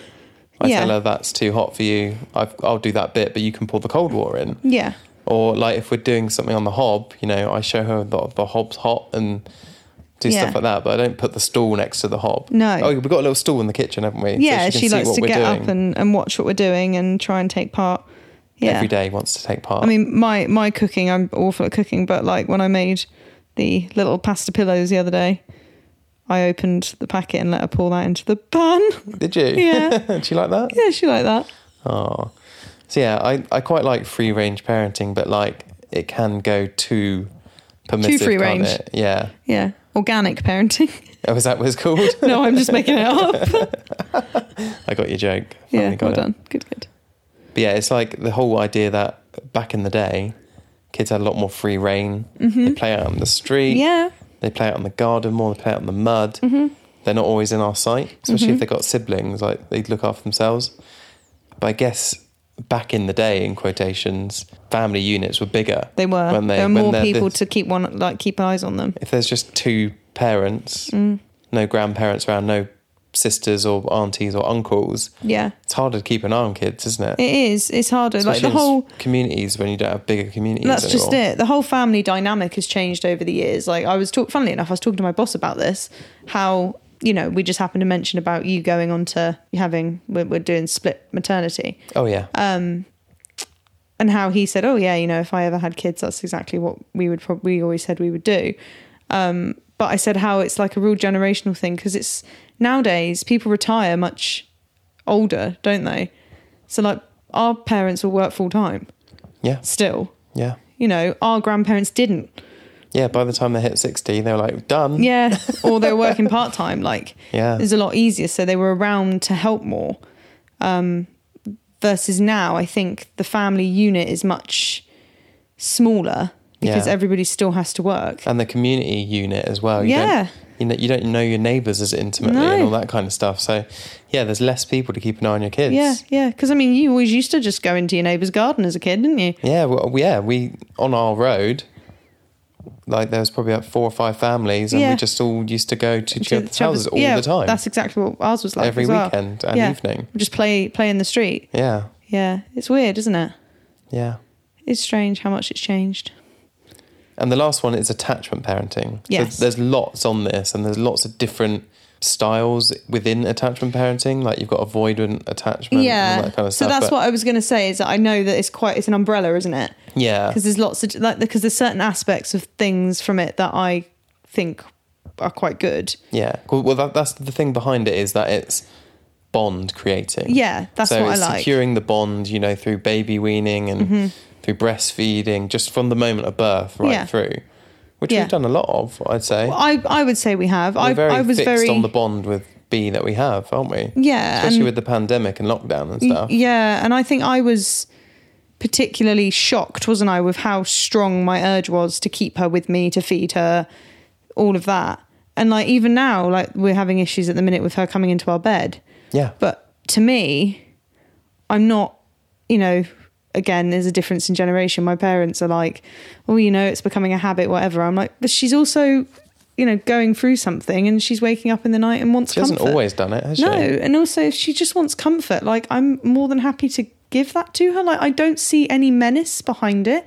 Speaker 2: I
Speaker 1: Yeah.
Speaker 2: tell her that's too hot for you. I've, I'll do that bit, but you can pour the cold water in.
Speaker 1: Yeah.
Speaker 2: Or like if we're doing something on the hob, you know, I show her the, the hob's hot and do
Speaker 1: Yeah.
Speaker 2: stuff like that, but I don't put the stool next to the hob.
Speaker 1: No.
Speaker 2: Oh, we've got a little stool in the kitchen, haven't we? So
Speaker 1: Yeah.
Speaker 2: can
Speaker 1: she
Speaker 2: see
Speaker 1: likes
Speaker 2: what
Speaker 1: to
Speaker 2: we're
Speaker 1: get up
Speaker 2: doing.
Speaker 1: and, and watch what we're doing and try and take part. Yeah.
Speaker 2: every day wants to take part.
Speaker 1: I mean, my my cooking, I'm awful at cooking, but like when I made the little pasta pillows the other day, I opened the packet and let her pour that into the pan. *laughs*
Speaker 2: did you?
Speaker 1: Yeah.
Speaker 2: *laughs* Do you like that?
Speaker 1: yeah, she liked that.
Speaker 2: Oh. So yeah, I, I quite like free range parenting, but like it can go too permissive.
Speaker 1: free
Speaker 2: can't
Speaker 1: range.
Speaker 2: it? Yeah.
Speaker 1: Yeah, organic parenting. *laughs*
Speaker 2: Oh, is that what it's called? *laughs*
Speaker 1: no, I'm just making it up.
Speaker 2: I got your joke.
Speaker 1: yeah,
Speaker 2: Finally got
Speaker 1: well
Speaker 2: it.
Speaker 1: done. Good, good.
Speaker 2: But yeah, it's like the whole idea that back in the day, kids had a lot more free reign. They play out on the street.
Speaker 1: Mm-hmm. Yeah, Mm-hmm.
Speaker 2: They play out in the garden more. They play out in the mud. They're not always in our sight, especially if they've got siblings. Like they look after themselves. But I guess back in the day, in quotations, family units were bigger.
Speaker 1: they were.
Speaker 2: When they-
Speaker 1: there are
Speaker 2: when
Speaker 1: more
Speaker 2: they're
Speaker 1: people
Speaker 2: this-
Speaker 1: to keep one like keep eyes on them.
Speaker 2: If there's just two parents,
Speaker 1: Mm.
Speaker 2: no grandparents around, no sisters or aunties or uncles,
Speaker 1: Yeah,
Speaker 2: it's harder to keep an eye on kids, isn't it?
Speaker 1: it is. It's harder.
Speaker 2: Especially
Speaker 1: like the
Speaker 2: in s-
Speaker 1: whole.
Speaker 2: communities when you don't have bigger communities.
Speaker 1: That's
Speaker 2: anymore.
Speaker 1: just it. The whole family dynamic has changed over the years. Like I was talk funnily enough, I was talking to my boss about this. How you know we just happened to mention about you going on to having we're, we're doing split maternity,
Speaker 2: Oh yeah,
Speaker 1: Uh, and how he said, "Oh yeah, you know, if I ever had kids, that's exactly what we would probably we always said we would do." Um, but I said how it's like a real generational thing because it's nowadays people retire much older, don't they? So like our parents will work full time
Speaker 2: yeah,
Speaker 1: still
Speaker 2: yeah.
Speaker 1: you know, our grandparents didn't.
Speaker 2: Yeah, by the time they hit 60, they were like, done.
Speaker 1: Yeah. Or they were working part time. Like,
Speaker 2: Yeah.
Speaker 1: it was a lot easier. So they were around to help more. Um, versus now, I think the family unit is much smaller because
Speaker 2: Yeah.
Speaker 1: everybody still has to work.
Speaker 2: And the community unit as well. You
Speaker 1: Yeah.
Speaker 2: Don't, you, know, you don't know your neighbours as intimately and
Speaker 1: No.
Speaker 2: all that kind of stuff. So, yeah, there's less people to keep an eye on your kids.
Speaker 1: Yeah, yeah. Because I mean, you always used to just go into your neighbour's garden as a kid, didn't you?
Speaker 2: Yeah, well, yeah, we on our road, like there was probably about four or five families, and
Speaker 1: Yeah.
Speaker 2: we just all used to go to each
Speaker 1: To
Speaker 2: other's
Speaker 1: each other's-
Speaker 2: houses all
Speaker 1: yeah,
Speaker 2: the time.
Speaker 1: That's exactly what ours was like
Speaker 2: Every
Speaker 1: as well.
Speaker 2: weekend and evening.
Speaker 1: We'd Just play play in the street.
Speaker 2: yeah,
Speaker 1: Yeah, it's weird, isn't it?
Speaker 2: yeah.
Speaker 1: It's strange how much it's changed.
Speaker 2: And the last one is attachment parenting.
Speaker 1: Yes.
Speaker 2: So there's lots on this, and there's lots of different styles within attachment parenting. Like you've got avoidant attachment, and all that kind of
Speaker 1: so
Speaker 2: stuff.
Speaker 1: that's
Speaker 2: but-
Speaker 1: what I was going to say is that I know that it's quite it's an umbrella, isn't it?
Speaker 2: Yeah.
Speaker 1: Because there's lots of like because there's certain aspects of things from it that I think are quite good.
Speaker 2: Yeah. Well, well that, that's the thing behind it is that it's bond creating.
Speaker 1: Yeah, that's
Speaker 2: so
Speaker 1: what I
Speaker 2: it's
Speaker 1: like. Mm-hmm.
Speaker 2: securing the bond, you know, through baby weaning and through breastfeeding, just from the moment of birth right
Speaker 1: Yeah.
Speaker 2: through, which
Speaker 1: Yeah.
Speaker 2: we've done a lot of, I'd say.
Speaker 1: Well, I I would say we have. I
Speaker 2: We're very
Speaker 1: I was
Speaker 2: fixed
Speaker 1: very
Speaker 2: on the bond with B that we have, aren't we?
Speaker 1: Yeah,
Speaker 2: Especially
Speaker 1: and-
Speaker 2: with the pandemic and lockdown and
Speaker 1: Y-
Speaker 2: stuff.
Speaker 1: Yeah, and I think I was particularly shocked, wasn't I, with how strong my urge was to keep her with me, to feed her, all of that. And like even now, like we're having issues at the minute with her coming into our bed.
Speaker 2: yeah.
Speaker 1: But to me, I'm not, you know, again, there's a difference in generation. My parents are like, oh, you know, it's becoming a habit, whatever. I'm like, but she's also, you know, going through something and she's waking up in the night and wants
Speaker 2: she hasn't
Speaker 1: comfort.
Speaker 2: always done it, has
Speaker 1: No,
Speaker 2: she?
Speaker 1: and also if she just wants comfort, like I'm more than happy to give that to her. Like I don't see any menace behind it.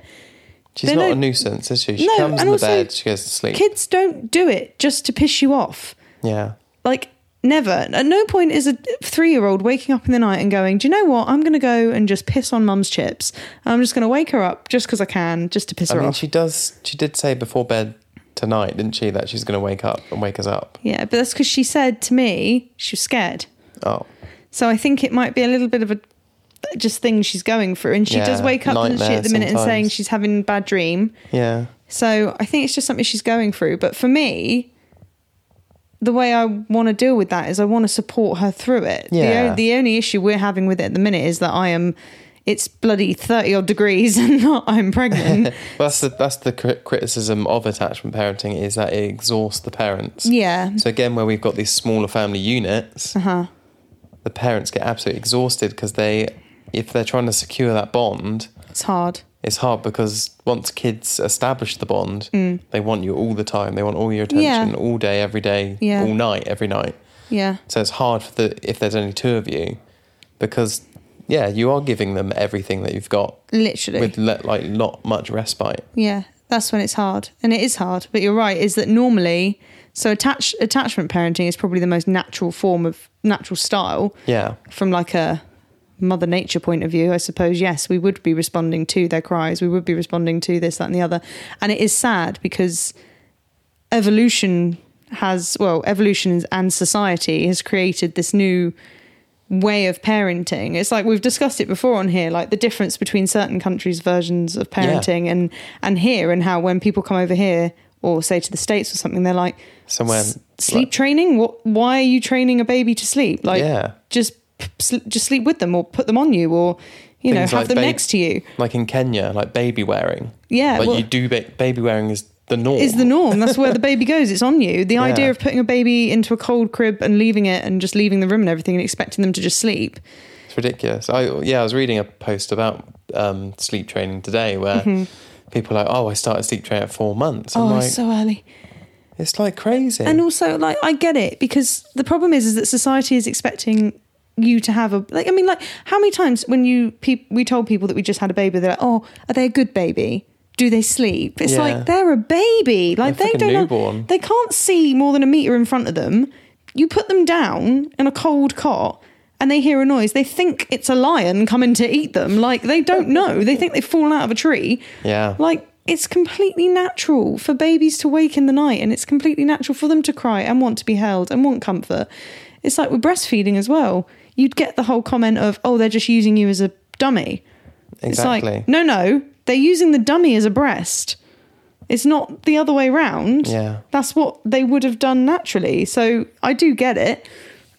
Speaker 2: She's
Speaker 1: they
Speaker 2: not a
Speaker 1: don't-
Speaker 2: nuisance, is she? She
Speaker 1: No,
Speaker 2: comes
Speaker 1: and
Speaker 2: in the
Speaker 1: also
Speaker 2: bed, she goes to sleep.
Speaker 1: Kids don't do it just to piss you off.
Speaker 2: yeah.
Speaker 1: Like never. At no point is a three-year-old waking up in the night and going, "Do you know what? I'm going to go and just piss on mum's chips. I'm just going to wake her up just because I can, just to piss
Speaker 2: I
Speaker 1: her
Speaker 2: mean,
Speaker 1: off."
Speaker 2: she does. She did say before bed tonight, didn't she, that she's going to wake up and wake us up.
Speaker 1: Yeah, but that's because she said to me she was scared.
Speaker 2: Oh,
Speaker 1: So I think it might be a little bit of a just thing she's going through, and she
Speaker 2: Yeah,
Speaker 1: does wake up doesn't she,
Speaker 2: nightmare
Speaker 1: at the minute and saying
Speaker 2: sometimes.
Speaker 1: she's having a bad dream.
Speaker 2: yeah,
Speaker 1: So I think it's just something she's going through. But for me, the way I want to deal with that is I want to support her through it. The,
Speaker 2: Yeah.
Speaker 1: o- the only issue we're having with it at the minute is that I am, it's bloody 30 odd degrees *laughs* and not I'm pregnant.
Speaker 2: *laughs* Well, that's the that's the cri- criticism of attachment parenting is that it exhausts the parents.
Speaker 1: yeah.
Speaker 2: So again, where we've got these smaller family units,
Speaker 1: Uh-huh.
Speaker 2: the parents get absolutely exhausted because they, if they're trying to secure that bond,
Speaker 1: It's hard.
Speaker 2: it's hard because once kids establish the bond, they want you all the time. They want all your attention
Speaker 1: Mm. Yeah.
Speaker 2: all day, every day,
Speaker 1: Yeah.
Speaker 2: all night, every night.
Speaker 1: Yeah.
Speaker 2: So it's hard for the if there's only two of you, because yeah, you are giving them everything that you've got
Speaker 1: Literally.
Speaker 2: with le- like not much respite.
Speaker 1: Yeah, that's when it's hard, and it is hard. But you're right, is that normally so attach attachment parenting is probably the most natural form of natural style
Speaker 2: Yeah,
Speaker 1: from like a mother nature point of view. I suppose yes, we would be responding to their cries, we would be responding to this, that, and the other, and it is sad because evolution has well evolution and society has created this new way of parenting. It's like we've discussed it before on here, like the difference between certain countries' versions of parenting and and here, and how when people come over here or say to the states or something, they're like
Speaker 2: somewhere
Speaker 1: "S- sleep
Speaker 2: like-
Speaker 1: training. What? Why are you training a baby to sleep? Like,
Speaker 2: Yeah.
Speaker 1: just p- sl- just sleep with them or put them on you or you know
Speaker 2: Things
Speaker 1: have
Speaker 2: like
Speaker 1: them
Speaker 2: ba-
Speaker 1: next to you.
Speaker 2: like in Kenya, like baby wearing.
Speaker 1: Yeah,
Speaker 2: like
Speaker 1: well-
Speaker 2: you do ba- baby wearing is the norm.
Speaker 1: Is the norm. That's where the baby goes. It's on you. The idea
Speaker 2: Yeah.
Speaker 1: of putting a baby into a cold crib and leaving it and just leaving the room and everything and expecting them to just sleep.
Speaker 2: It's ridiculous. I yeah, I was reading a post about um, sleep training today where people are like, oh, I started sleep training at four months. I'm
Speaker 1: Mm-hmm. oh,
Speaker 2: like,
Speaker 1: it's so early.
Speaker 2: it's like crazy.
Speaker 1: and also like I get it because the problem is is that society is expecting you to have a like I mean like how many times when you peop we told people that we just had a baby they're like oh are they a good baby do they sleep it's
Speaker 2: Yeah.
Speaker 1: like they're a baby like
Speaker 2: They're
Speaker 1: they
Speaker 2: fucking
Speaker 1: don't know-
Speaker 2: newborn.
Speaker 1: they can't see more than a meter in front of them you put them down in a cold cot and they hear a noise they think it's a lion coming to eat them like they don't know they think they've fallen out of a tree
Speaker 2: yeah,
Speaker 1: like it's completely natural for babies to wake in the night and it's completely natural for them to cry and want to be held and want comfort. It's like with breastfeeding as well. You'd get the whole comment of, "Oh, they're just using you as a dummy."
Speaker 2: exactly.
Speaker 1: It's like, "No, no. They're using the dummy as a breast." It's not the other way round.
Speaker 2: Yeah.
Speaker 1: That's what they would have done naturally. So I do get it.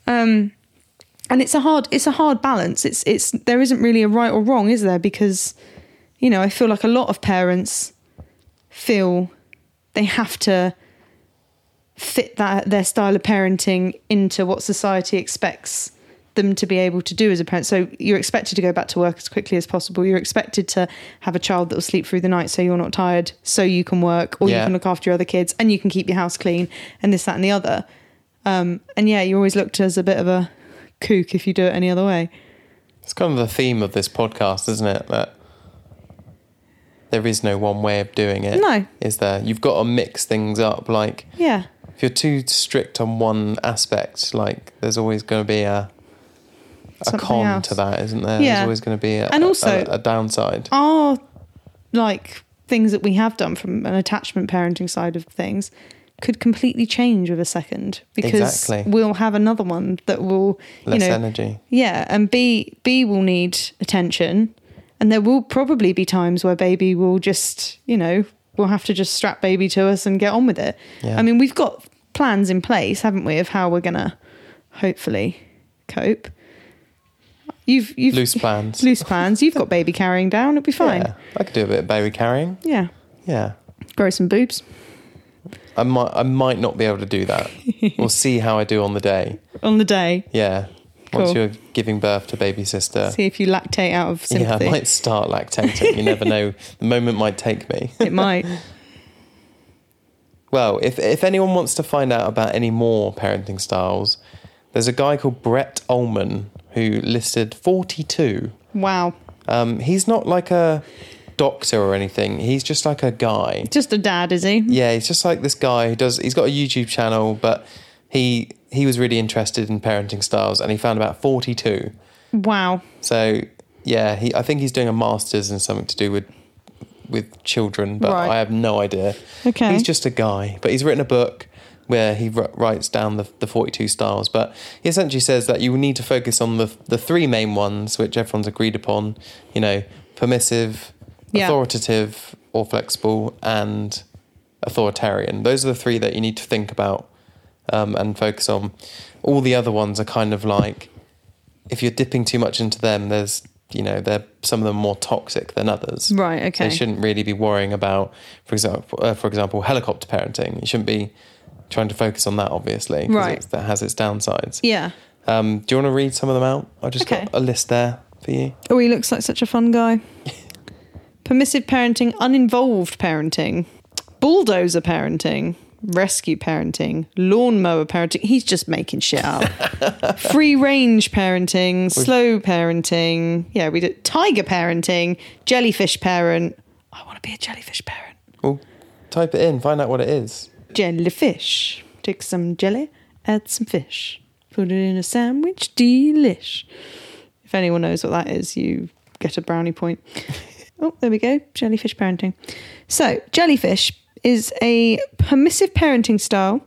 Speaker 1: Um and it's a hard it's a hard balance. It's it's there isn't really a right or wrong, is there? Because you know, I feel like a lot of parents feel they have to fit that their style of parenting into what society expects them to be able to do as a parent. So you're expected to go back to work as quickly as possible. You're expected to have a child that will sleep through the night so you're not tired, so you can work or you
Speaker 2: Yeah.
Speaker 1: can look after your other kids and you can keep your house clean and this, that, and the other. Um, and yeah, you're always looked as a bit of a kook if you do it any other way.
Speaker 2: It's kind of the theme of this podcast, isn't it? That there is no one way of doing it.
Speaker 1: No.
Speaker 2: Is there? You've got to mix things up. Like,
Speaker 1: Yeah.
Speaker 2: if you're too strict on one aspect, like, there's always going to be a. A
Speaker 1: Something
Speaker 2: con
Speaker 1: else.
Speaker 2: to that, isn't there?
Speaker 1: Yeah.
Speaker 2: There's always going to be a,
Speaker 1: And also-
Speaker 2: a, a downside.
Speaker 1: are like things that we have done from an attachment parenting side of things could completely change with a second because
Speaker 2: Exactly.
Speaker 1: we'll have another one that will
Speaker 2: Less
Speaker 1: you know
Speaker 2: energy.
Speaker 1: yeah and b b will need attention and there will probably be times where baby will just you know we'll have to just strap baby to us and get on with it
Speaker 2: Yeah.
Speaker 1: i mean we've got plans in place haven't we of how we're gonna hopefully cope you've you've
Speaker 2: Loose plans.
Speaker 1: loose plans. You've got baby carrying down. It'll be fine.
Speaker 2: Yeah. I could do a bit of baby carrying.
Speaker 1: Yeah.
Speaker 2: Yeah.
Speaker 1: Grow some boobs.
Speaker 2: I might I might not be able to
Speaker 1: *laughs*
Speaker 2: do that. we'll see how I do on the day.
Speaker 1: On the day,
Speaker 2: Yeah. Once
Speaker 1: Cool.
Speaker 2: you're giving birth to baby sister.
Speaker 1: see if you lactate out of sympathy.
Speaker 2: Yeah, I might start lactating. You never
Speaker 1: *laughs*
Speaker 2: know. The moment might take me.
Speaker 1: it might.
Speaker 2: Well, if if anyone wants to find out about any more parenting styles, there's a guy called Brett Ullman who listed 42.
Speaker 1: Wow.
Speaker 2: Um, he's not like a doctor or anything. He's just like a guy.
Speaker 1: Just a dad, is he?
Speaker 2: yeah, he's just like this guy who does. He's got a YouTube channel, but he he was really interested in parenting styles, and he found about forty two.
Speaker 1: Wow.
Speaker 2: So yeah, he I think he's doing a masters in something to do with with children, but
Speaker 1: Right.
Speaker 2: I have no idea.
Speaker 1: Okay.
Speaker 2: he's just a guy, but he's written a book where he wr- writes down the the forty two styles. But he essentially says that you need to focus on the the three main ones which everyone's agreed upon. You know, permissive,
Speaker 1: Yeah.
Speaker 2: authoritative, or flexible, and authoritarian. Those are the three that you need to think about um, and focus on. All the other ones are kind of like if you're dipping too much into them, there's you know they're some of them more toxic than others.
Speaker 1: Right,
Speaker 2: So
Speaker 1: okay.
Speaker 2: you shouldn't really be worrying about, for example, uh, for example, helicopter parenting. You shouldn't be trying to focus on that, obviously, 'cause
Speaker 1: Right.
Speaker 2: it's- that has its downsides.
Speaker 1: Yeah.
Speaker 2: Um, do you want to read some of them out? I just
Speaker 1: Okay.
Speaker 2: got a list there for you.
Speaker 1: Oh, he looks like such a fun guy. Permissive parenting, uninvolved parenting, bulldozer parenting, rescue parenting, lawnmower parenting. He's just making shit up. Free range parenting, slow parenting. Yeah, we did tiger parenting, jellyfish parent. I want to be a jellyfish parent.
Speaker 2: Well, type it in, find out what it is.
Speaker 1: Jellyfish. Take some jelly, add some fish, put it in a sandwich, delish. If anyone knows what that is, you get a brownie point. oh, there we go. Jellyfish parenting. So, jellyfish is a permissive parenting style.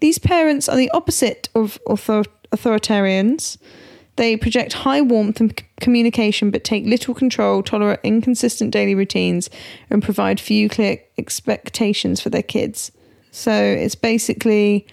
Speaker 1: These parents are the opposite of author- authoritarians. They project high warmth and c- communication, but take little control, tolerate inconsistent daily routines, and provide few clear expectations for their kids. So it's basically,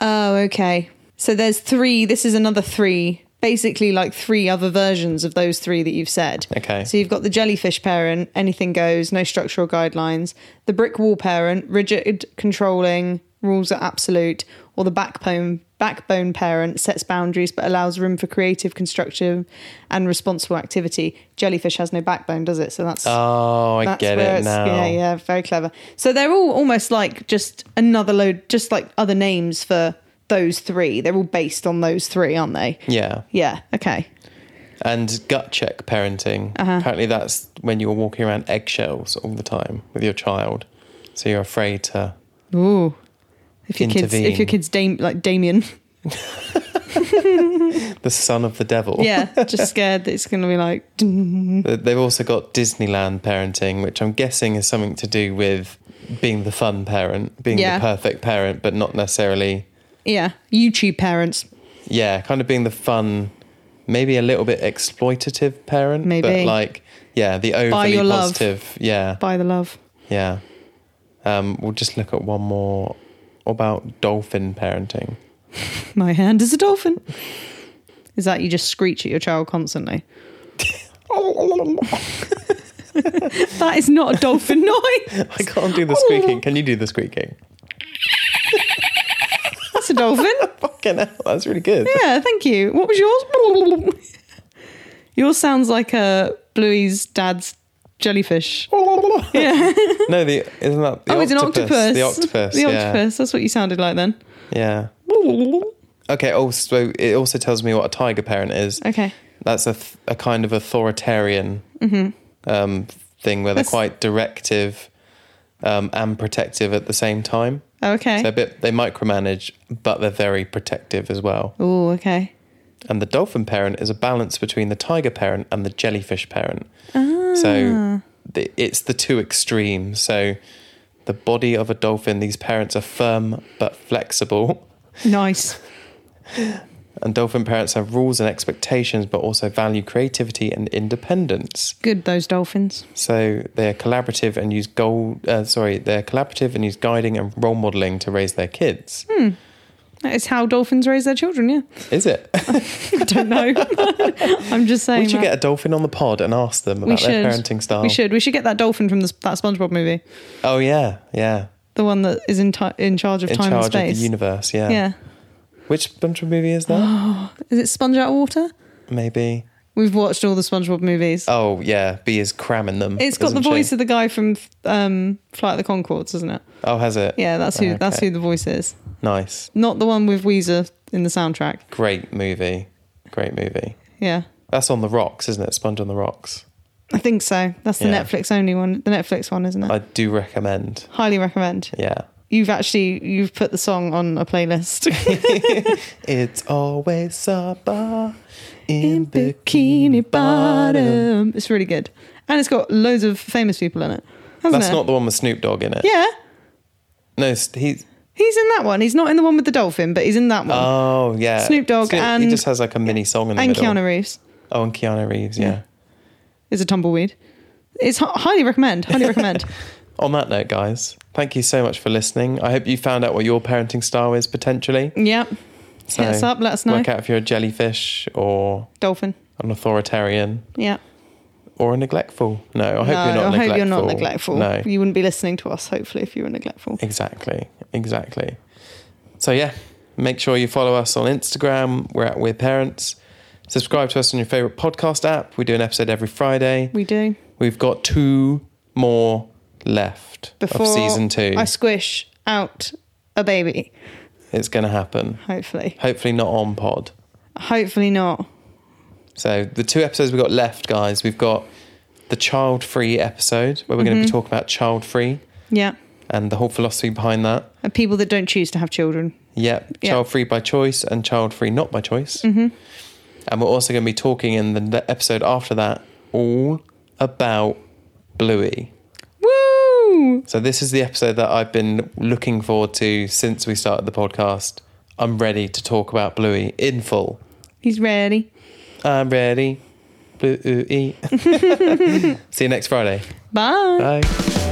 Speaker 1: oh, okay. So there's three, this is another three, basically like three other versions of those three that you've said.
Speaker 2: Okay.
Speaker 1: So you've got the jellyfish parent, anything goes, no structural guidelines, the brick wall parent, rigid controlling, rules are absolute, or the backbone backbone parent sets boundaries but allows room for creative, constructive and responsible activity. Jellyfish has no backbone, does it? So that's
Speaker 2: Oh, I
Speaker 1: that's
Speaker 2: get
Speaker 1: where
Speaker 2: it
Speaker 1: it's-
Speaker 2: now.
Speaker 1: Yeah, yeah, very clever. So they're all almost like just another load, just like other names for those three. They're all based on those three, aren't they?
Speaker 2: Yeah.
Speaker 1: Yeah. Okay.
Speaker 2: And gut check parenting.
Speaker 1: Uh-huh.
Speaker 2: Apparently, that's when you're walking around eggshells all the time with your child. So you're afraid to.
Speaker 1: Ooh. If your kids, if your
Speaker 2: Intervene.
Speaker 1: kids, Dam- like Damien,
Speaker 2: The son of the devil.
Speaker 1: *laughs* yeah, just scared that it's going to be like,
Speaker 2: They- They've also got Disneyland parenting, which I'm guessing is something to do with being the fun parent, being
Speaker 1: Yeah.
Speaker 2: the perfect parent, but not necessarily,
Speaker 1: yeah, YouTube parents,
Speaker 2: yeah, kind of being the fun, maybe a little bit exploitative parent,
Speaker 1: Maybe.
Speaker 2: but like, yeah, the overly
Speaker 1: your love.
Speaker 2: positive, yeah,
Speaker 1: buy the love.
Speaker 2: yeah. Um, we'll just look at one more about dolphin parenting.
Speaker 1: My hand is a dolphin. Is that you just screech at your child constantly? That is not a *laughs* dolphin noise.
Speaker 2: I can't do the squeaking. Can you do the squeaking?
Speaker 1: That's a dolphin.
Speaker 2: Fucking hell, that's really good.
Speaker 1: Yeah, thank you. What was yours? *laughs* yours sounds like a Bluey's dad's jellyfish. Yeah.
Speaker 2: No, the isn't that the
Speaker 1: oh, it's an octopus.
Speaker 2: The octopus.
Speaker 1: The
Speaker 2: yeah.
Speaker 1: octopus. That's what you sounded like then.
Speaker 2: Yeah. Okay. Also, it also tells me what a tiger parent is.
Speaker 1: Okay.
Speaker 2: That's a th- a kind of authoritarian um, thing where they're
Speaker 1: Mm-hmm. That's-
Speaker 2: quite directive um, and protective at the same time. So they're a
Speaker 1: Oh, Okay.
Speaker 2: bit they micromanage, but they're very protective as well.
Speaker 1: Oh, okay.
Speaker 2: And the dolphin parent is a balance between the tiger parent and the jellyfish parent.
Speaker 1: Ah.
Speaker 2: So the, it's the two extremes. So the body of a dolphin, these parents are firm but flexible.
Speaker 1: Nice.
Speaker 2: And dolphin parents have rules and expectations, but also value creativity and independence.
Speaker 1: Good, those dolphins.
Speaker 2: So they are collaborative and use goal. Uh, sorry, they're collaborative and use guiding and role modeling to raise their kids.
Speaker 1: Hmm. That is how dolphins raise their children, yeah. *laughs*
Speaker 2: Is it?
Speaker 1: I don't know. *laughs* I'm just saying.
Speaker 2: we should
Speaker 1: that.
Speaker 2: get oh. a dolphin on the pod and ask them
Speaker 1: we
Speaker 2: about
Speaker 1: should.
Speaker 2: their parenting style.
Speaker 1: We should. We should get that dolphin from the, that SpongeBob movie,
Speaker 2: Oh yeah, yeah.
Speaker 1: the one that is in ti in charge of
Speaker 2: In
Speaker 1: time
Speaker 2: charge
Speaker 1: and space.
Speaker 2: of the universe. Yeah.
Speaker 1: yeah.
Speaker 2: Which SpongeBob movie
Speaker 1: *gasps*
Speaker 2: is that?
Speaker 1: Is it Sponge Out of Water?
Speaker 2: Maybe.
Speaker 1: We've watched all the SpongeBob movies.
Speaker 2: Oh yeah, B is cramming them.
Speaker 1: it's got the
Speaker 2: isn't she?
Speaker 1: voice of the guy from um, Flight of the Concords, isn't it?
Speaker 2: Oh, has it?
Speaker 1: Yeah, that's who. That's
Speaker 2: Okay.
Speaker 1: who the voice is.
Speaker 2: Nice.
Speaker 1: Not the one with Weezer in the soundtrack.
Speaker 2: Great movie. Great movie.
Speaker 1: Yeah,
Speaker 2: That's on the rocks, isn't it? Sponge on the rocks.
Speaker 1: I think so. That's the
Speaker 2: Yeah.
Speaker 1: Netflix only one. The Netflix one, isn't it?
Speaker 2: I do recommend.
Speaker 1: Highly recommend.
Speaker 2: Yeah.
Speaker 1: You've actually you've put the song on a playlist. *laughs*
Speaker 2: It's always a bar
Speaker 1: in
Speaker 2: in
Speaker 1: Bikini
Speaker 2: Bikini Bottom.
Speaker 1: Bottom. It's really good. And it's got loads of famous people in it. Hasn't it?
Speaker 2: That's not the one with Snoop Dogg in it.
Speaker 1: Yeah.
Speaker 2: No, s- he's.
Speaker 1: He's in that one. He's not in the one with the dolphin, but he's in that one.
Speaker 2: Oh, yeah.
Speaker 1: Snoop Dogg
Speaker 2: He
Speaker 1: and-
Speaker 2: just has like a mini song in the
Speaker 1: and
Speaker 2: middle.
Speaker 1: Keanu Reeves
Speaker 2: Oh, and Keanu Reeves, yeah.
Speaker 1: is a tumbleweed. It's hi- highly recommend.
Speaker 2: *laughs*
Speaker 1: Highly recommend.
Speaker 2: On that note, guys, thank you so much for listening. I hope you found out what your parenting style is potentially.
Speaker 1: Yep.
Speaker 2: So
Speaker 1: Hit us up. Let us know.
Speaker 2: Work out if you're a jellyfish or
Speaker 1: Dolphin.
Speaker 2: an authoritarian
Speaker 1: Yeah.
Speaker 2: or a neglectful. No, I
Speaker 1: no,
Speaker 2: hope you're not
Speaker 1: I
Speaker 2: neglectful.
Speaker 1: hope you're not neglectful.
Speaker 2: No,
Speaker 1: You wouldn't be listening to us, hopefully, if you were neglectful.
Speaker 2: exactly, exactly. So yeah, make sure you follow us on Instagram. We're at We're Parents. Subscribe to us on your favorite podcast app. We do an episode every Friday.
Speaker 1: We do.
Speaker 2: We've got two more left
Speaker 1: Before
Speaker 2: of season two.
Speaker 1: I squish out a baby,
Speaker 2: It's going to happen.
Speaker 1: hopefully.
Speaker 2: Hopefully not on pod.
Speaker 1: Hopefully not.
Speaker 2: So the two episodes we've got left, guys, we've got the child-free episode where we're going to
Speaker 1: Mm-hmm.
Speaker 2: be talking about child-free
Speaker 1: Yeah.
Speaker 2: and the whole philosophy behind that.
Speaker 1: And people that don't choose to have children.
Speaker 2: Yep,
Speaker 1: Yeah.
Speaker 2: child-free by choice and child-free not by choice. Mm-hmm. And we're also going to be talking in the ne- episode after that all about Bluey.
Speaker 1: Woo!
Speaker 2: So this is the episode that I've been looking forward to since we started the podcast. I'm ready to talk about Bluey in full.
Speaker 1: He's ready.
Speaker 2: I'm ready. Bluey. *laughs* See you next Friday.
Speaker 1: Bye.
Speaker 2: Bye.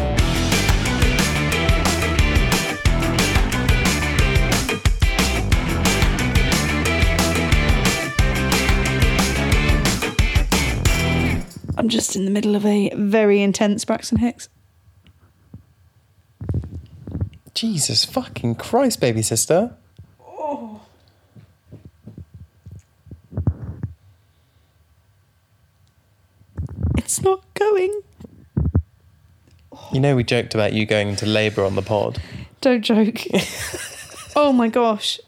Speaker 3: I'm just in the middle of a very intense Braxton Hicks.
Speaker 2: Jesus fucking Christ, baby sister.
Speaker 3: It's not going.
Speaker 2: You know,
Speaker 3: *laughs*
Speaker 2: we joked about you going into labour on the pod.
Speaker 3: Don't joke. oh my gosh.